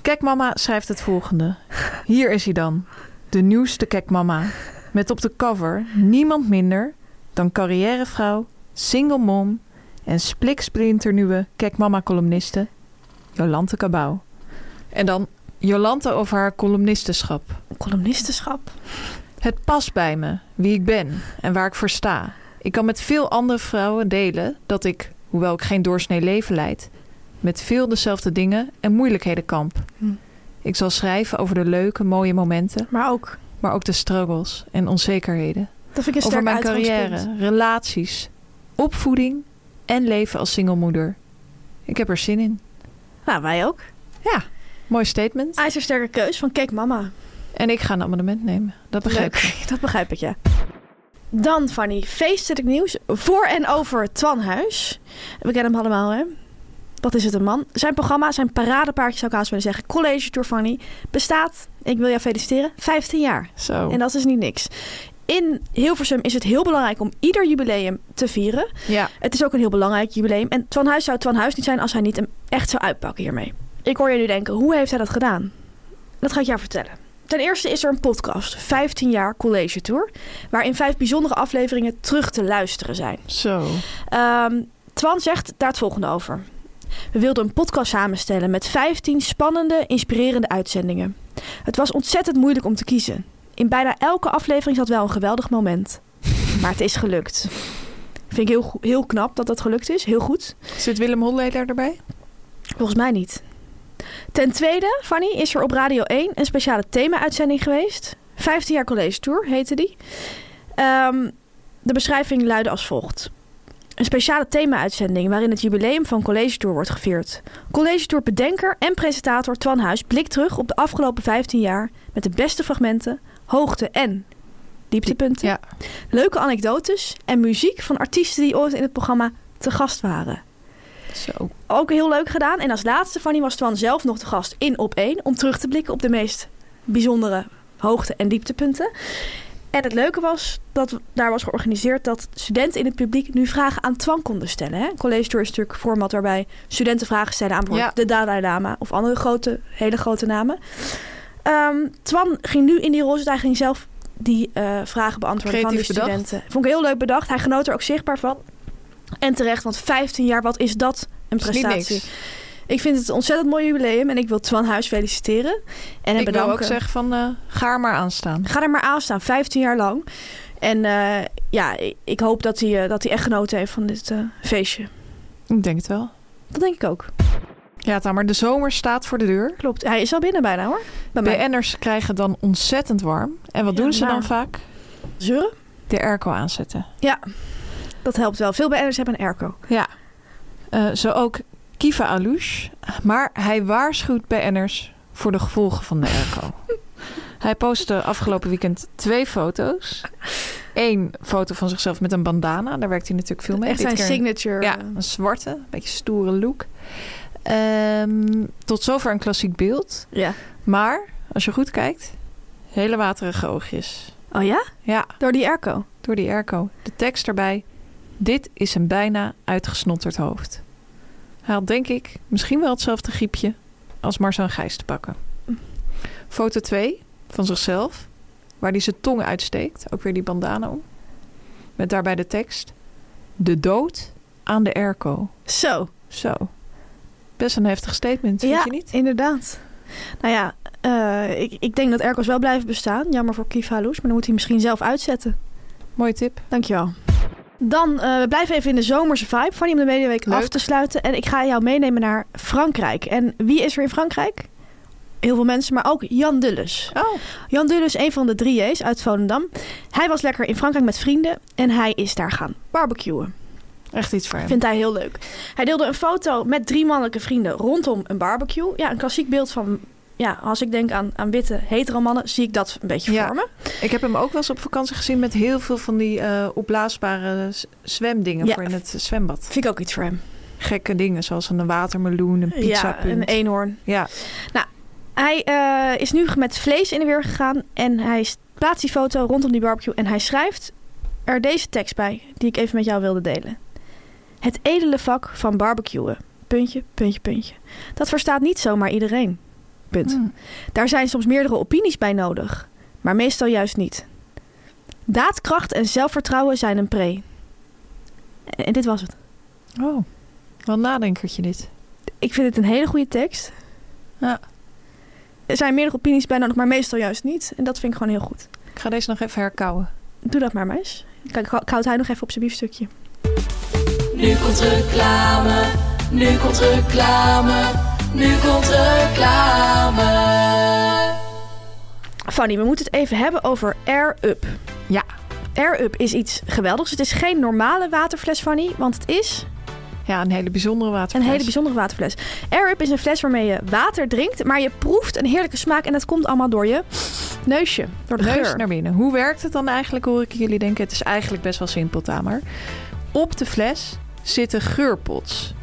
Kijk Mama schrijft het volgende. Hier is hij dan. De nieuwste Kijk Mama. Met op de cover niemand minder dan carrièrevrouw, single mom en spliksplinternieuwe Kijk Mama columniste Jolante Cabau. En dan Jolante over haar columnistenschap. Columnistenschap. Het Het past bij me, wie ik ben en waar ik voor sta. Ik kan met veel andere vrouwen delen dat ik, hoewel ik geen doorsnee leven leid, met veel dezelfde dingen en moeilijkheden kamp. Hm. Ik zal schrijven over de leuke, mooie momenten, Maar ook, maar ook de struggles en onzekerheden. dat vind ik een over sterk mijn uitgangspunt. carrière, relaties, opvoeding en leven als singlemoeder. Ik heb er zin in. Nou, wij ook. Mooi Ah. statement. IJzersterke keus van kijk mama. En ik ga een abonnement nemen. Dat begrijp ik. Leuk, dat begrijp ik, ja. Dan, Fanny, feestelijk nieuws voor en over Twan Huis. We kennen hem allemaal, hè? Wat is het een man? Zijn programma, zijn paradepaardje zou ik haast willen zeggen, College Tour Fanny, bestaat, ik wil jou feliciteren, 15 jaar. Zo. En dat is niet niks. In Hilversum is het heel belangrijk om ieder jubileum te vieren. Ja. Het is ook een heel belangrijk jubileum. En Twan Huis zou Twan Huis niet zijn als hij niet hem echt zou uitpakken hiermee. Ik hoor je nu denken, hoe heeft hij dat gedaan? Dat ga ik jou vertellen. Ten eerste is er een podcast, 15 jaar College Tour, waarin vijf bijzondere afleveringen terug te luisteren zijn. Zo. Ehm, Twan zegt daar het volgende over. We wilden een podcast samenstellen met 15 spannende, inspirerende uitzendingen. Het was ontzettend moeilijk om te kiezen. In bijna elke aflevering zat wel een geweldig moment. Maar het is gelukt. Vind ik heel, go- heel knap dat dat gelukt is. Heel goed. Zit Willem Holleder erbij? Volgens mij niet. Ten tweede, Fanny, is er op Radio 1 een speciale thema-uitzending geweest. 15 jaar College Tour heette die. Ehm, de beschrijving luidde als volgt. Een speciale thema-uitzending waarin het jubileum van College Tour wordt gevierd. College Tour bedenker en presentator Twan Huis blikt terug op de afgelopen 15 jaar... met de beste fragmenten, hoogte en dieptepunten. Ja. Leuke anekdotes en muziek van artiesten die ooit in het programma te gast waren Zo. ook heel leuk gedaan. En als laatste, Fanny was Twan zelf nog de gast in op één om terug te blikken op de meest bijzondere hoogte- en dieptepunten. En het leuke was dat we- daar was georganiseerd dat studenten in het publiek nu vragen aan Twan konden stellen. Hè? College Tour is natuurlijk een format waarbij studenten vragen stellen aan bijvoorbeeld de Dalai Lama of andere grote, hele grote namen. Ehm, Twan ging nu in die rol, dus hij ging zelf die eh, vragen beantwoorden Creatief van die bedacht. studenten. Vond ik heel leuk bedacht. Hij genoot er ook zichtbaar van. En terecht, want 15 jaar, wat is dat een Is niet prestatie? niks. Ik vind het een ontzettend mooi jubileum en ik wil Twan Huis feliciteren. En hem Ik wil bedanken. ook zeggen van, eh, ga er maar aan staan. Ga er maar aan staan, 15 jaar lang. En eh, ja, i- ik hoop dat hij, eh, dat hij echt genoten heeft van dit eh, feestje. Ik denk het wel. Dat denk ik ook. Ja, Tamer, de zomer staat voor de deur. Klopt. Hij is al binnen bijna hoor. Bij mij. BN'ers krijgen dan ontzettend warm. En wat Ja, doen ze dan maar- vaak? Zeuren, De airco aanzetten. dat helpt wel. Veel BN'ers hebben een airco. Ja. Eh, zo ook Kiva Alouche. Maar hij waarschuwt BN'ers voor de gevolgen van de airco. hij postte afgelopen weekend twee foto's. Eén foto van zichzelf met een bandana. Daar werkt hij natuurlijk veel mee. Echt Dit zijn keer een- signature. Ja, eh, een zwarte, een beetje stoere look. Ehm, tot zover een klassiek beeld. ja. Maar als je goed kijkt, hele waterige oogjes. Oh ja? Ja, Door die airco. door die airco. De tekst erbij. Dit is een bijna uitgesnotterd hoofd. Hij had denk ik misschien wel hetzelfde griepje als Marcel Gijs te pakken. Foto 2 van zichzelf, waar hij zijn tong uitsteekt. Ook weer die bandana om. Met daarbij de tekst. De dood aan de airco. Zo. Zo. Best een heftig statement, vind ja, je niet? inderdaad. Nou ja, eh, ik, ik denk dat airco's wel blijven bestaan. Jammer voor Kief Halouche, maar dan moet hij misschien zelf uitzetten. Mooie tip. Dankjewel. Dan, eh, we blijven even in de zomerse vibe. Fanny, om de Mediaweek Leuk. af te sluiten. En ik ga jou meenemen naar Frankrijk. En wie is er in Frankrijk? Heel veel mensen, maar ook Jan Dulles. Oh, Jan Dulles, een van de drie J's uit Volendam. Hij was lekker in Frankrijk met vrienden en hij is daar gaan barbecuen. echt iets voor hem. Vindt hij heel leuk. Hij deelde een foto met drie mannelijke vrienden rondom een barbecue. Ja, een klassiek beeld van... Ja, als ik denk aan, aan witte hetero mannen, zie ik dat een beetje Ja. voor me. Ik heb hem ook wel eens op vakantie gezien met heel veel van die eh, opblaasbare s- zwemdingen Ja. voor in het zwembad. Vind ik ook iets voor hem. Gekke dingen zoals een watermeloen, een pizza Ja, een e- eenhoorn. Ja, Hij eh, is nu met vlees in de weer gegaan en hij s- plaatst die foto rondom die barbecue en hij schrijft er deze tekst bij die ik even met jou wilde delen. Het edele vak van barbecuen. Puntje, puntje, puntje. Dat verstaat niet zomaar iedereen. Punt. Mm. Daar zijn soms meerdere opinies bij nodig, maar meestal juist niet. Daadkracht en zelfvertrouwen zijn een pre. En, en dit was het. Oh, wel een nadenkertje dit. Ik vind het een hele goede tekst. Ja. Er zijn meerdere opinies bij nodig, maar meestal juist niet. En dat vind ik gewoon heel goed. Ik ga deze nog even herkauwen. Doe dat maar maar eens. Kijk, koud hij nog even op zijn biefstukje. Nu komt reclame, nu komt reclame, nu komt reclame. Fanny, we moeten het even hebben over Air Up. Ja. Air Up is iets geweldigs. Het is geen normale waterfles, Fanny, want het is Ja, een hele bijzondere waterfles. een hele bijzondere waterfles. Air Up is een fles waarmee je water drinkt, maar je proeft een heerlijke smaak en dat komt allemaal door je neusje, door de Neus geur. naar binnen. Hoe werkt het dan eigenlijk, hoor ik jullie denken? Het is eigenlijk best wel simpel, Tamer. Op de fles zitten geurpots.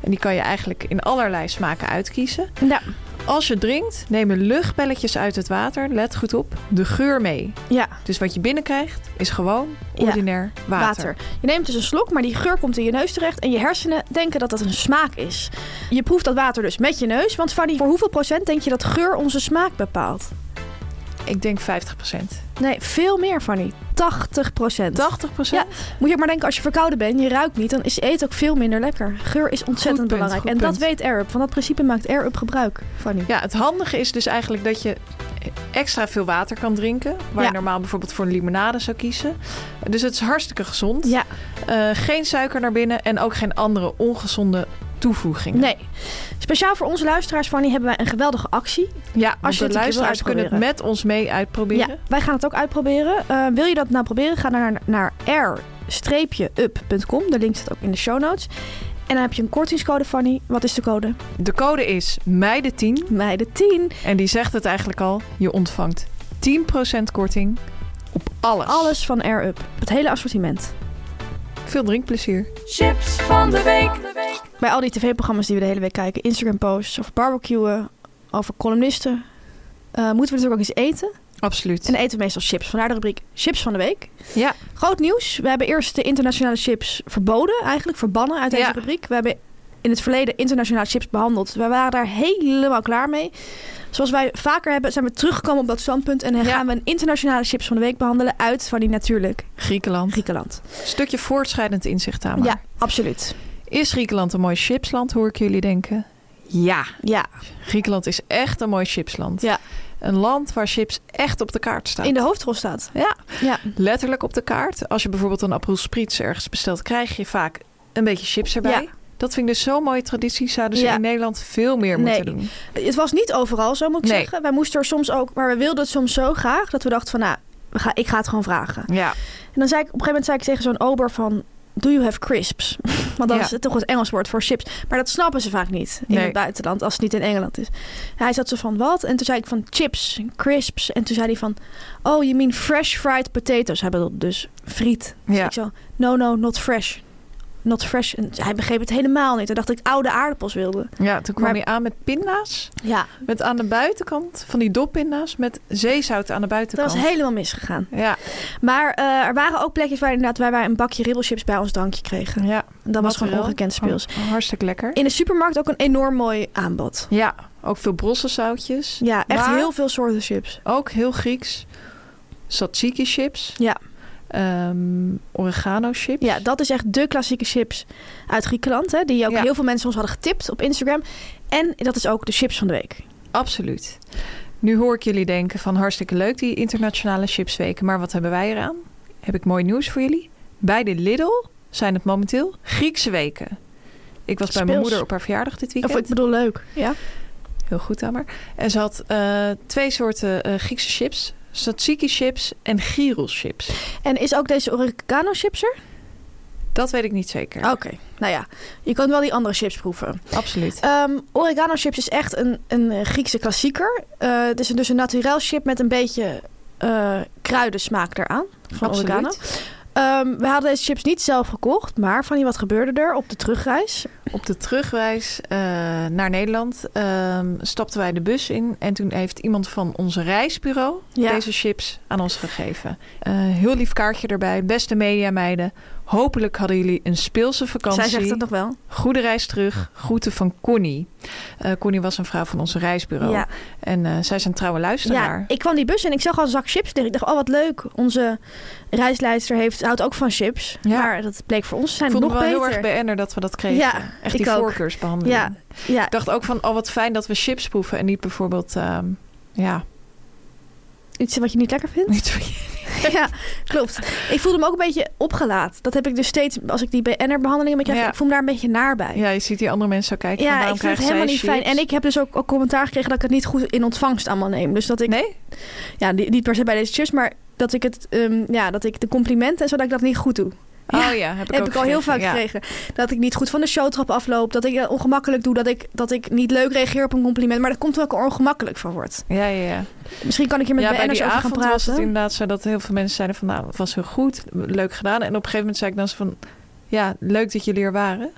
En die kan je eigenlijk in allerlei smaken uitkiezen. Ja, Als je drinkt, nemen luchtbelletjes uit het water, let goed op, de geur mee. ja Dus wat je binnenkrijgt is gewoon Ja. ordinair water. water. Je neemt dus een slok, maar die geur komt in je neus terecht en je hersenen denken dat dat een smaak is. Je proeft dat water dus met je neus, want Fanny, voor hoeveel procent denk je dat geur onze smaak bepaalt? Ik denk 50%. 80%? Nee, veel meer, Fanny. 80 procent. Ja, Moet je maar denken, als je verkouden bent, je ruikt niet, dan is eten ook veel minder lekker. Geur is ontzettend punt, belangrijk. goed En dat punt. weet Air-Up. Van dat principe maakt Air-Up gebruik, Fanny. Ja, het handige is dus eigenlijk dat je extra veel water kan drinken. Waar Ja. je normaal bijvoorbeeld voor een limonade zou kiezen. Dus het is hartstikke gezond. Ja, Eh, geen suiker naar binnen en ook geen andere ongezonde toevoegingen. nee. Speciaal voor onze luisteraars, Fanny, hebben wij een geweldige actie. Ja, want Als je het een keer de wil luisteraars kunnen het met ons mee Ja, uitproberen. wij gaan het ook uitproberen. Eh, wil je dat nou proberen? Ga naar, naar air-up.com. De link staat ook in de show notes. En dan heb je een kortingscode, Fanny. Wat is de code? De code is meiden10 Meiden 10. en die zegt het eigenlijk al. Je ontvangt 10% korting op alles. Alles van Air-Up. Het hele assortiment. Veel drinkplezier. Chips van de week. Bij al die tv-programma's die we de hele week kijken, Instagram-posts over barbecuen, over columnisten, eh, moeten we natuurlijk ook iets eten. Absoluut. En eten we meestal chips. Vandaar de rubriek Chips van de Week. Ja. Groot nieuws. We hebben eerst de internationale chips verboden, eigenlijk verbannen uit deze Ja. rubriek. We hebben in het verleden internationale chips behandeld. We waren daar helemaal klaar mee. Zoals wij vaker hebben, zijn we teruggekomen op dat standpunt. En dan Ja. gaan we een internationale chips van de week behandelen uit van die natuurlijk Griekenland. Griekenland. Stukje voortschrijdend inzicht aan. Ja, absoluut. Is Griekenland een mooi chipsland, hoor ik jullie denken? Ja, Ja, Griekenland is echt een mooi chipsland. Ja. Een land waar chips echt op de kaart staan. in de hoofdrol staat. Ja, Ja. letterlijk op de kaart. Als je bijvoorbeeld een Aperol Spritz ergens bestelt, krijg je vaak een beetje chips erbij. Ja. Dat vind ik dus zo'n mooie traditie. Zouden ze Ja. in Nederland veel meer moeten Nee. doen. Het was niet overal, zo moet ik Nee. zeggen. Wij moesten er soms ook, maar we wilden het soms zo graag dat we dachten van, nou, we ga, ik ga het gewoon vragen. Ja, En dan zei ik op een gegeven moment zei ik tegen zo'n ober van, do you have crisps? Want dat Ja. is het toch het Engels woord voor chips. Maar dat snappen ze vaak niet in Nee. het buitenland als het niet in Engeland is. En hij zat zo van wat? En toen zei ik van chips, crisps. En toen zei hij van, oh, you mean fresh fried potatoes? Hij bedoelde dus friet. Dus Ja. ik zo, no, no, not fresh. Not fresh. En hij begreep het helemaal niet. Hij dacht dat ik oude aardappels wilde. ja toen kwam Maar- je aan met pinda's. Ja, Met aan de buitenkant van die doppinda's. Met zeezout aan de dat buitenkant. was helemaal misgegaan. Ja, Maar eh, er waren ook plekjes waar, inderdaad, waar wij een bakje ribbelchips bij ons drankje kregen. ja. Dat was Wat gewoon wel. ongekend speels. Oh, hartstikke lekker. In de supermarkt ook een enorm mooi aanbod. Ja, ook veel brossenzoutjes. Ja, echt Maar- heel veel soorten chips. Ook heel Grieks. Tzatziki chips. Ja. Ehm, oregano chips. Ja, dat is echt de klassieke chips uit Griekenland. Hè, die ook Ja. heel veel mensen ons hadden getipt op Instagram. En dat is ook de chips van de week. Absoluut. Nu hoor ik jullie denken van hartstikke leuk die internationale chipsweken. Maar wat hebben wij eraan? Heb ik mooi nieuws voor jullie. Bij de Lidl zijn het momenteel Griekse weken. Ik was bij mijn Speels. moeder op haar verjaardag dit Of weekend. ik bedoel leuk. Ja. Heel goed, Tamer. En ze had eh, twee soorten eh, Griekse chips. Tzatziki chips en gyros chips. En is ook deze oregano chips er? Dat weet ik niet zeker. Oké, nou ja. Je kan wel die andere chips proeven. Absoluut. Ehm, oregano chips is echt een, een eh, Griekse klassieker. Eh, het is dus een naturel chip met een beetje eh kruidensmaak eraan. Van Absoluut. oregano. Ehm, we hadden deze chips niet zelf gekocht, maar van wat gebeurde er op de terugreis? Op de terugreis eh, naar Nederland ehm, stapten wij de bus in. En toen heeft iemand van ons reisbureau Ja. deze chips aan ons gegeven. Eh, heel lief kaartje erbij. Beste mediameiden, hopelijk hadden jullie een speelse vakantie. Zij zegt het nog wel. Goede reis terug. Groeten van Connie. Eh, Connie was een vrouw van ons reisbureau. Ja. En eh, zij is een trouwe ja, luisteraar. ik kwam die bus en ik zag al een zak chips liggen. Ik dacht, oh wat leuk, onze reisleider heeft, houdt ook van chips. Ja. Maar dat bleek voor ons te zijn Ik voelde nog me wel beter. heel erg BN'er dat we dat kregen. Ja, Echt die ik ook. voorkeursbehandeling. ja, ja. Ik dacht ook van, oh wat fijn dat we chips proeven en niet bijvoorbeeld, ehm, ja, Iets wat je niet lekker vindt? ja, klopt. Ik voelde me ook een beetje opgelaat. Dat heb ik dus steeds, als ik die BNR-behandelingen met jou Ja. ik voel me daar een beetje naar bij. Ja, je ziet die andere mensen ook kijken. van, Ja, waarom ik vind het krijgt helemaal niet zij fijn. En chips? ik heb dus ook, ook commentaar gekregen dat ik het niet goed in ontvangst allemaal neem. Dus dat ik, Nee? ja, ni- niet per se bij deze chips, maar dat ik het, ehm, ja, dat ik de complimenten en zo, dat ik dat niet goed doe. Ja, Oh ja, heb ik, heb ook ik al heel vaak gekregen, ja. gekregen. Dat ik niet goed van de showtrap afloop, dat ik eh, ongemakkelijk doe, dat ik, dat ik niet leuk reageer op een compliment. Maar dat komt omdat ik er ongemakkelijk van word. Ja, ja, ja. Misschien kan ik hier met ja, bij BN'ers die over gaan avond was praten. het inderdaad zo dat heel veel mensen zeiden van... nou, het was heel goed, leuk gedaan. En op een gegeven moment zei ik dan zo van... ja, leuk dat jullie er waren.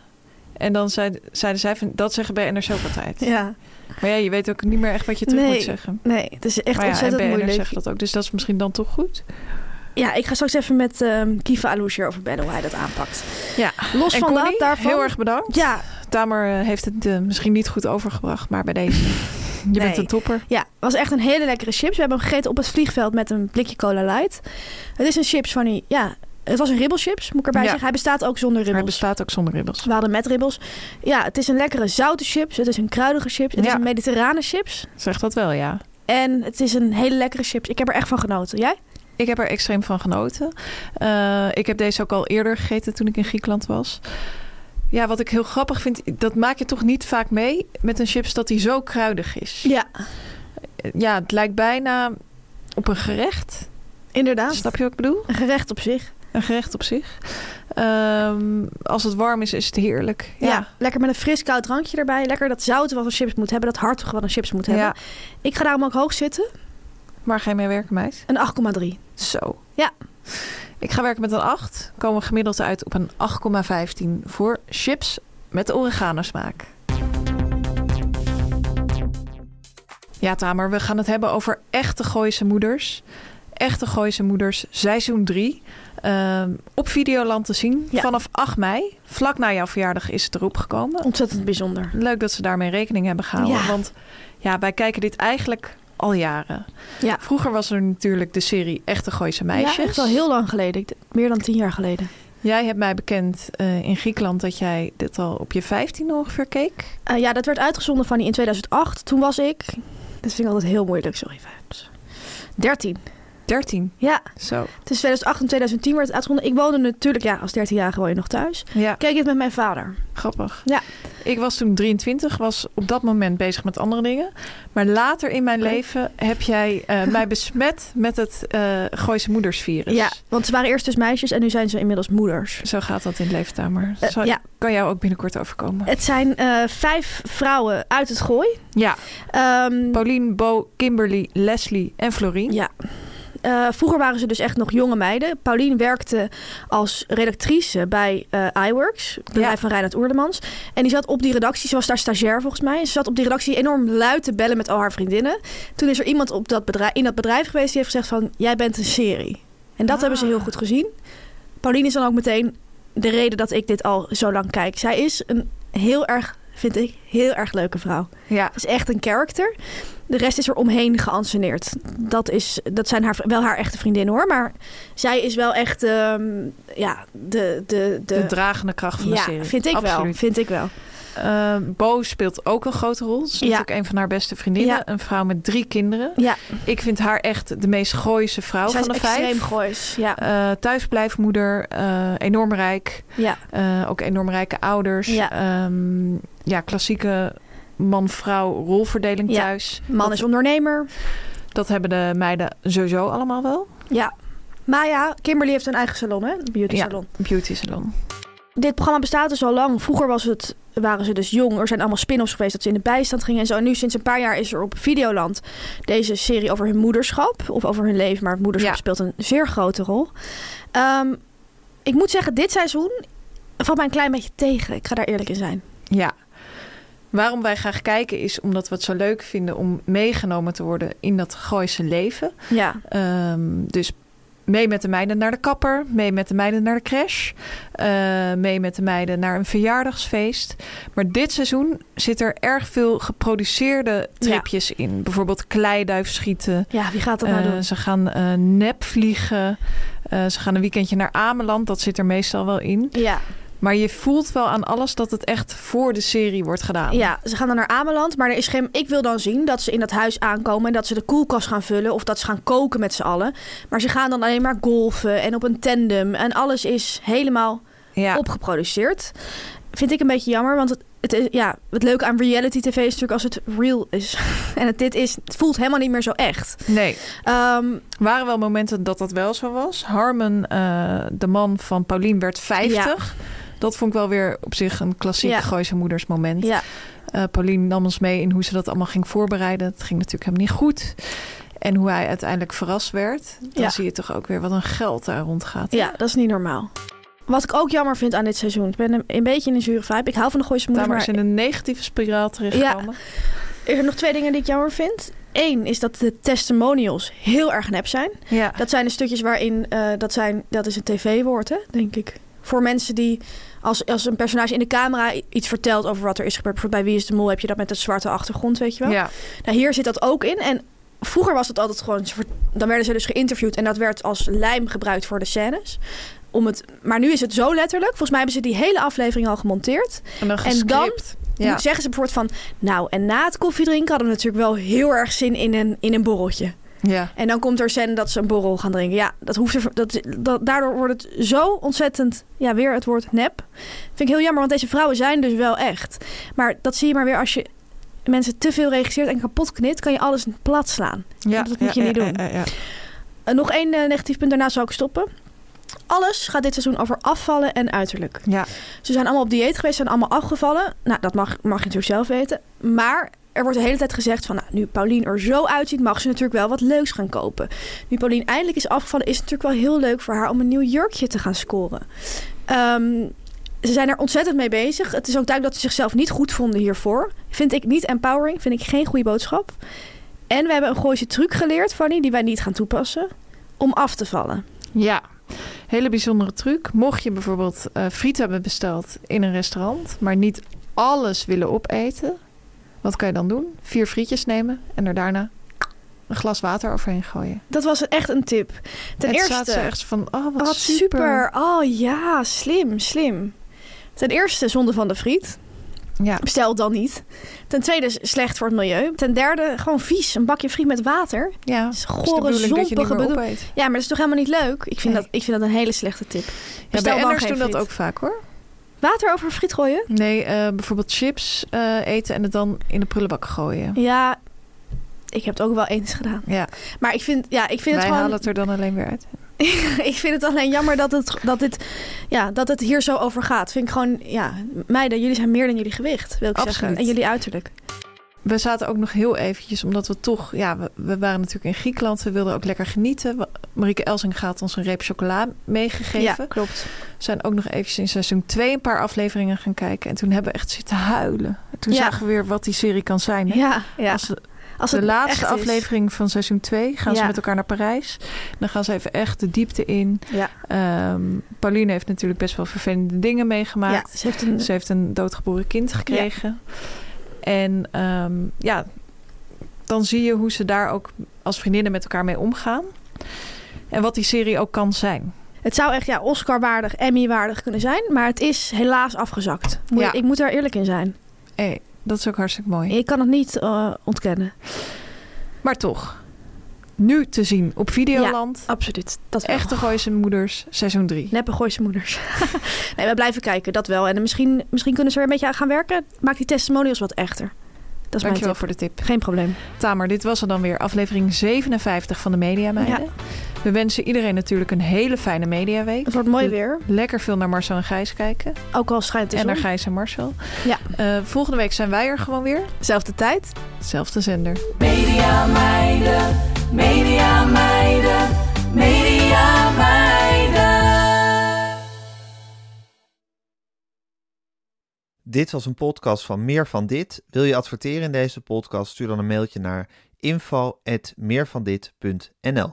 En dan zei- zeiden zij van... dat zeggen bij NRC ook altijd. Ja, Maar ja, je weet ook niet meer echt wat je terug Nee, moet zeggen. nee, het is echt maar ja, ontzettend en BN'ers moeilijk. zeggen dat ook. Dus dat is misschien dan toch goed. Ja, ik ga straks even met ehm, Kiva Alouche hierover bellen hoe hij dat aanpakt. Ja. Los en van Connie, dat, daarvan... heel erg bedankt. Ja, Tamer eh, heeft het eh, misschien niet goed overgebracht, maar bij deze. Je bent een topper. ja, was echt een hele lekkere chips. We hebben hem gegeten op het vliegveld met een blikje Cola Light. Het is een chips van die... Ja, het was een ribbelchips, moet ik erbij Ja. zeggen. Hij bestaat ook zonder Hij ribbels. bestaat ook zonder ribbels. We hadden met ribbels. Ja, het is een lekkere zoute chips. Het is een kruidige chips. Het is Ja. een mediterrane chips. Zeg dat wel, ja. En het is een hele lekkere chips. Ik heb er echt van genoten. Jij? Ik heb er extreem van genoten. Eh, ik heb deze ook al eerder gegeten toen ik in Griekenland was. Ja, wat ik heel grappig vind, dat maak je toch niet vaak mee met een chips dat die zo kruidig is. Ja, Eh, ja het lijkt bijna op een gerecht. inderdaad. Snap je wat ik bedoel? Een gerecht op zich. Een gerecht op zich. Ehm, als het warm is, is het heerlijk. Ja. lekker met een fris koud drankje erbij. Lekker dat zoute wat een chips moet hebben. Dat hartige wat een chips moet ja. hebben. ja. Ik ga daarom ook hoog zitten. Waar ga je mee werken, meid? Een 8,3. Zo. Ja. Ik ga werken met een 8. Komen we gemiddeld uit op een 8,15 voor chips met oregano smaak. Ja, Tamer, we gaan het hebben over echte Gooise moeders. Echte Gooise moeders, seizoen 3. op Videoland te zien Ja. vanaf 8 mei. Vlak na jouw verjaardag is het erop gekomen. Ontzettend bijzonder. Leuk dat ze daarmee rekening hebben gehouden. Ja. Want ja, wij kijken dit eigenlijk al jaren. Ja. Vroeger was er natuurlijk de serie Echte Gooise Meisjes. Ja, echt al heel lang geleden. Ik d- Meer dan tien jaar geleden. Jij hebt mij bekend eh, in Griekenland dat jij dit al op je 15 ongeveer keek. Eh, ja, dat werd uitgezonden van die in 2008. Toen was ik... Dat vind ik altijd heel moeilijk. Sorry, vijf. 13. 13. Ja, Zo. tussen 2008 en 2010 werd het uitgezonden. Ik woonde natuurlijk, ja, als 13-jarige woon je nog thuis. Ja, Ik keek het met mijn vader. grappig. Ja. Ik was toen 23, was op dat moment bezig met andere dingen. Maar later in mijn leven heb jij eh, mij besmet met het eh Gooise moedersvirus. Ja, want ze waren eerst dus meisjes en nu zijn ze inmiddels moeders. Zo gaat dat in het leven, Tamer. Eh, Zo ja. kan jou ook binnenkort overkomen. Het zijn eh, vijf vrouwen uit het gooi. Ja, Ehm, Pauline, Bo, Kimberly, Leslie en Florien. Ja. Eh, vroeger waren ze dus echt nog jonge meiden. Paulien werkte als redactrice bij eh iWorks, het bedrijf Ja. van Reinhard Oerdemans. En die zat op die redactie, ze was daar stagiair volgens mij. En ze zat op die redactie enorm luid te bellen met al haar vriendinnen. Toen is er iemand op dat bedrijf, in dat bedrijf geweest die heeft gezegd van, jij bent een serie. En dat Ah. hebben ze heel goed gezien. Paulien is dan ook meteen de reden dat ik dit al zo lang kijk. Zij is een heel erg, vind ik, heel erg leuke vrouw. Ja. Het is echt een karakter. De rest is er omheen geanceneerd. Dat, is, dat zijn haar, wel haar echte vriendinnen hoor. Maar zij is wel echt ehm, ja, de, de, De, de, dragende kracht van de ja, serie. vind ik wel. Absoluut. Vind ik wel. Eh, Bo speelt ook een grote rol. Ze is Ja. natuurlijk een van haar beste vriendinnen. Ja. Een vrouw met drie kinderen. Ja, Ik vind haar echt de meest gooise vrouw zij van de is extreem vijf. goois. Ja, Eh, thuisblijfmoeder, eh, enorm rijk. ja, Eh, ook enorm rijke ouders. Ja. Ehm, ja klassieke man-vrouw rolverdeling Ja. thuis. man dat, is ondernemer. dat hebben de meiden sowieso allemaal wel. Ja. Maar ja, Kimberly heeft een eigen salon, hè? Een beauty Ja. salon. Beauty salon. Dit programma bestaat dus al lang. Vroeger was het, waren ze dus jong. Er zijn allemaal spin-offs geweest dat ze in de bijstand gingen en zo. En nu sinds een paar jaar is er op Videoland deze serie over hun moederschap. Of over hun leven, maar het moederschap Ja. speelt een zeer grote rol. Ehm, ik moet zeggen, dit seizoen valt mij een klein beetje tegen. Ik ga daar eerlijk in zijn. Ja. Waarom wij graag kijken is omdat we het zo leuk vinden om meegenomen te worden in dat Gooise leven. Ja, Ehm, dus mee met de meiden naar de kapper, mee met de meiden naar de crash, eh, mee met de meiden naar een verjaardagsfeest. Maar dit seizoen zit er erg veel geproduceerde tripjes in. Bijvoorbeeld kleiduif schieten. ja wie gaat dat nou eh, doen? ze gaan eh nep vliegen. eh, ze gaan een weekendje naar Ameland. Dat zit er meestal wel in. Ja, Maar je voelt wel aan alles dat het echt voor de serie wordt gedaan. Ja, ze gaan dan naar Ameland, maar er is geen... Ik wil dan zien dat ze in dat huis aankomen en dat ze de koelkast gaan vullen of dat ze gaan koken met z'n allen. Maar ze gaan dan alleen maar golfen en op een tandem en alles is helemaal ja. opgeproduceerd. Vind ik een beetje jammer, want het, het, is- ja, het leuke aan reality tv is natuurlijk als het real is. en het, dit is, het voelt helemaal niet meer zo echt. Nee, Ehm, waren wel momenten dat dat wel zo was. Harmon, eh, de man van Paulien, werd 50. Dat vond ik wel weer op zich een klassiek Ja. Gooise moeders moment. ja, Eh, Paulien nam ons mee in hoe ze dat allemaal ging voorbereiden. Het ging natuurlijk hem niet goed. En hoe hij uiteindelijk verrast werd. Dan Ja. zie je toch ook weer wat een geld daar rondgaat. ja, dat is niet normaal. Wat ik ook jammer vind aan dit seizoen. Ik ben een, een beetje in een zure vibe. Ik hou van de Gooise moeder, Daar maar maar is in een negatieve spiraal terechtkomen. er zijn nog twee dingen die ik jammer vind. Eén is dat de testimonials heel erg nep zijn. Ja. Ja. Dat zijn de stukjes waarin, eh, dat, zijn, dat is een tv-woord, hè, denk ik. Voor mensen die, als, als een personage in de camera i- iets vertelt over wat er is gebeurd. Bijvoorbeeld bij Wie is de Mol heb je dat met een zwarte achtergrond, weet je wel. ja. Nou, hier zit dat ook in. En vroeger was het altijd gewoon, ze ver- dan werden ze dus geïnterviewd. En dat werd als lijm gebruikt voor de scènes. Om het, maar nu is het zo letterlijk. Volgens mij hebben ze die hele aflevering al gemonteerd. En dan En dan gescript. Nu ja. zeggen ze bijvoorbeeld van, nou en na het koffiedrinken hadden we natuurlijk wel heel erg zin in een, in een borreltje. ja. En dan komt er scène dat ze een borrel gaan drinken. Ja, dat hoeft er, dat, dat, daardoor wordt het zo ontzettend, ja, weer het woord nep. Vind ik heel jammer, want deze vrouwen zijn dus wel echt. Maar dat zie je maar weer als je mensen te veel regisseert en kapot knit, kan je alles plat slaan. Ja, dat moet je niet doen. ja, ja. En nog één eh, negatief punt, daarna zou ik stoppen. Alles gaat dit seizoen over afvallen en uiterlijk. Ja. Ze zijn allemaal op dieet geweest, zijn allemaal afgevallen. Nou, dat mag, mag je natuurlijk zelf weten. Maar er wordt de hele tijd gezegd van... Nou, nu Paulien er zo uitziet, mag ze natuurlijk wel wat leuks gaan kopen. Nu Paulien eindelijk is afgevallen, is het natuurlijk wel heel leuk voor haar... om een nieuw jurkje te gaan scoren. Ehm, ze zijn er ontzettend mee bezig. Het is ook duidelijk dat ze zichzelf niet goed vonden hiervoor. Vind ik niet empowering, vind ik geen goede boodschap. En we hebben een gooise truc geleerd, Fanny, die wij niet gaan toepassen. Om af te vallen. Ja, hele bijzondere truc. Mocht je bijvoorbeeld eh friet hebben besteld in een restaurant, maar niet alles willen opeten, wat kan je dan doen? Vier frietjes nemen en er daarna een glas water overheen gooien. Dat was echt een tip. Ten en toen zaten eerste... ze echt van, oh wat, Wat super. super. Oh ja, slim, slim. Ten eerste zonde van de friet. Ja, Bestel dan niet. Ten tweede slecht voor het milieu. Ten derde gewoon vies. Een bakje friet met water. ja. Dat is Het is de gore, bedoeling dat je niet zompige meer bedoel. opeet. Ja, maar dat is toch helemaal niet leuk? Ik vind, Nee. dat, ik vind dat een hele slechte tip. Ja, Bestel bij dan Enders geen doen dat friet. ook vaak hoor. Water over friet gooien? Nee, eh, bijvoorbeeld chips eh, eten en het dan in de prullenbak gooien. Ja, ik heb het ook wel eens gedaan. Ja, Maar ik vind, ja, ik vind wij het gewoon... halen het er dan alleen weer uit. ik vind het alleen jammer dat het, dat, dit, ja, dat het hier zo over gaat. Vind ik gewoon, ja, meiden, jullie zijn meer dan jullie gewicht, wil ik zeggen. Absoluut. En jullie uiterlijk. We zaten ook nog heel eventjes, omdat we toch... Ja, we, we waren natuurlijk in Griekenland. We wilden ook lekker genieten. We- Marieke Elsing had ons een reep chocola meegegeven. Ja, klopt. We zijn ook nog eventjes in seizoen 2 een paar afleveringen gaan kijken. En toen hebben we echt zitten huilen. En toen Ja. zagen we weer wat die serie kan zijn. hè? Ja, ja. Als de, Als de het laatste echt is. aflevering van seizoen 2 gaan ze Ja. met elkaar naar Parijs. Dan gaan ze even echt de diepte in. Ja. Ehm, Pauline heeft natuurlijk best wel vervelende dingen meegemaakt. Ja, ze heeft een... Ze heeft een doodgeboren kind gekregen. En ehm, ja, dan zie je hoe ze daar ook als vriendinnen met elkaar mee omgaan. En wat die serie ook kan zijn. Het zou echt ja, Oscar-waardig, Emmy-waardig kunnen zijn, maar het is helaas afgezakt. Moet- Ja. Ik moet daar eerlijk in zijn. Hey, dat is ook hartstikke mooi. Ik kan het niet eh, ontkennen. Maar toch, nu te zien op Videoland. Absoluut. Dat wel. Echte Gooise Moeders, seizoen 3. Neppe Gooise moeders. nee, we blijven kijken, dat wel. En misschien, misschien kunnen ze er een beetje aan gaan werken. Maak die testimonials wat echter. Dat is Dankjewel mijn tip. voor de tip. Geen probleem. Tamer, dit was er dan weer. Aflevering 57 van de Media Meiden. We wensen iedereen natuurlijk een hele fijne mediaweek. Het wordt mooi weer. Lekker veel naar Marcel en Gijs kijken. Ook al schijnt het en naar zon. Gijs en Marcel. Ja. Eh, volgende week zijn wij er gewoon weer. Zelfde tijd. Zelfde zender. Media meiden, media meiden, media meiden. Dit was een podcast van Meer van Dit. Wil je adverteren in deze podcast? Stuur dan een mailtje naar info.meervandit.nl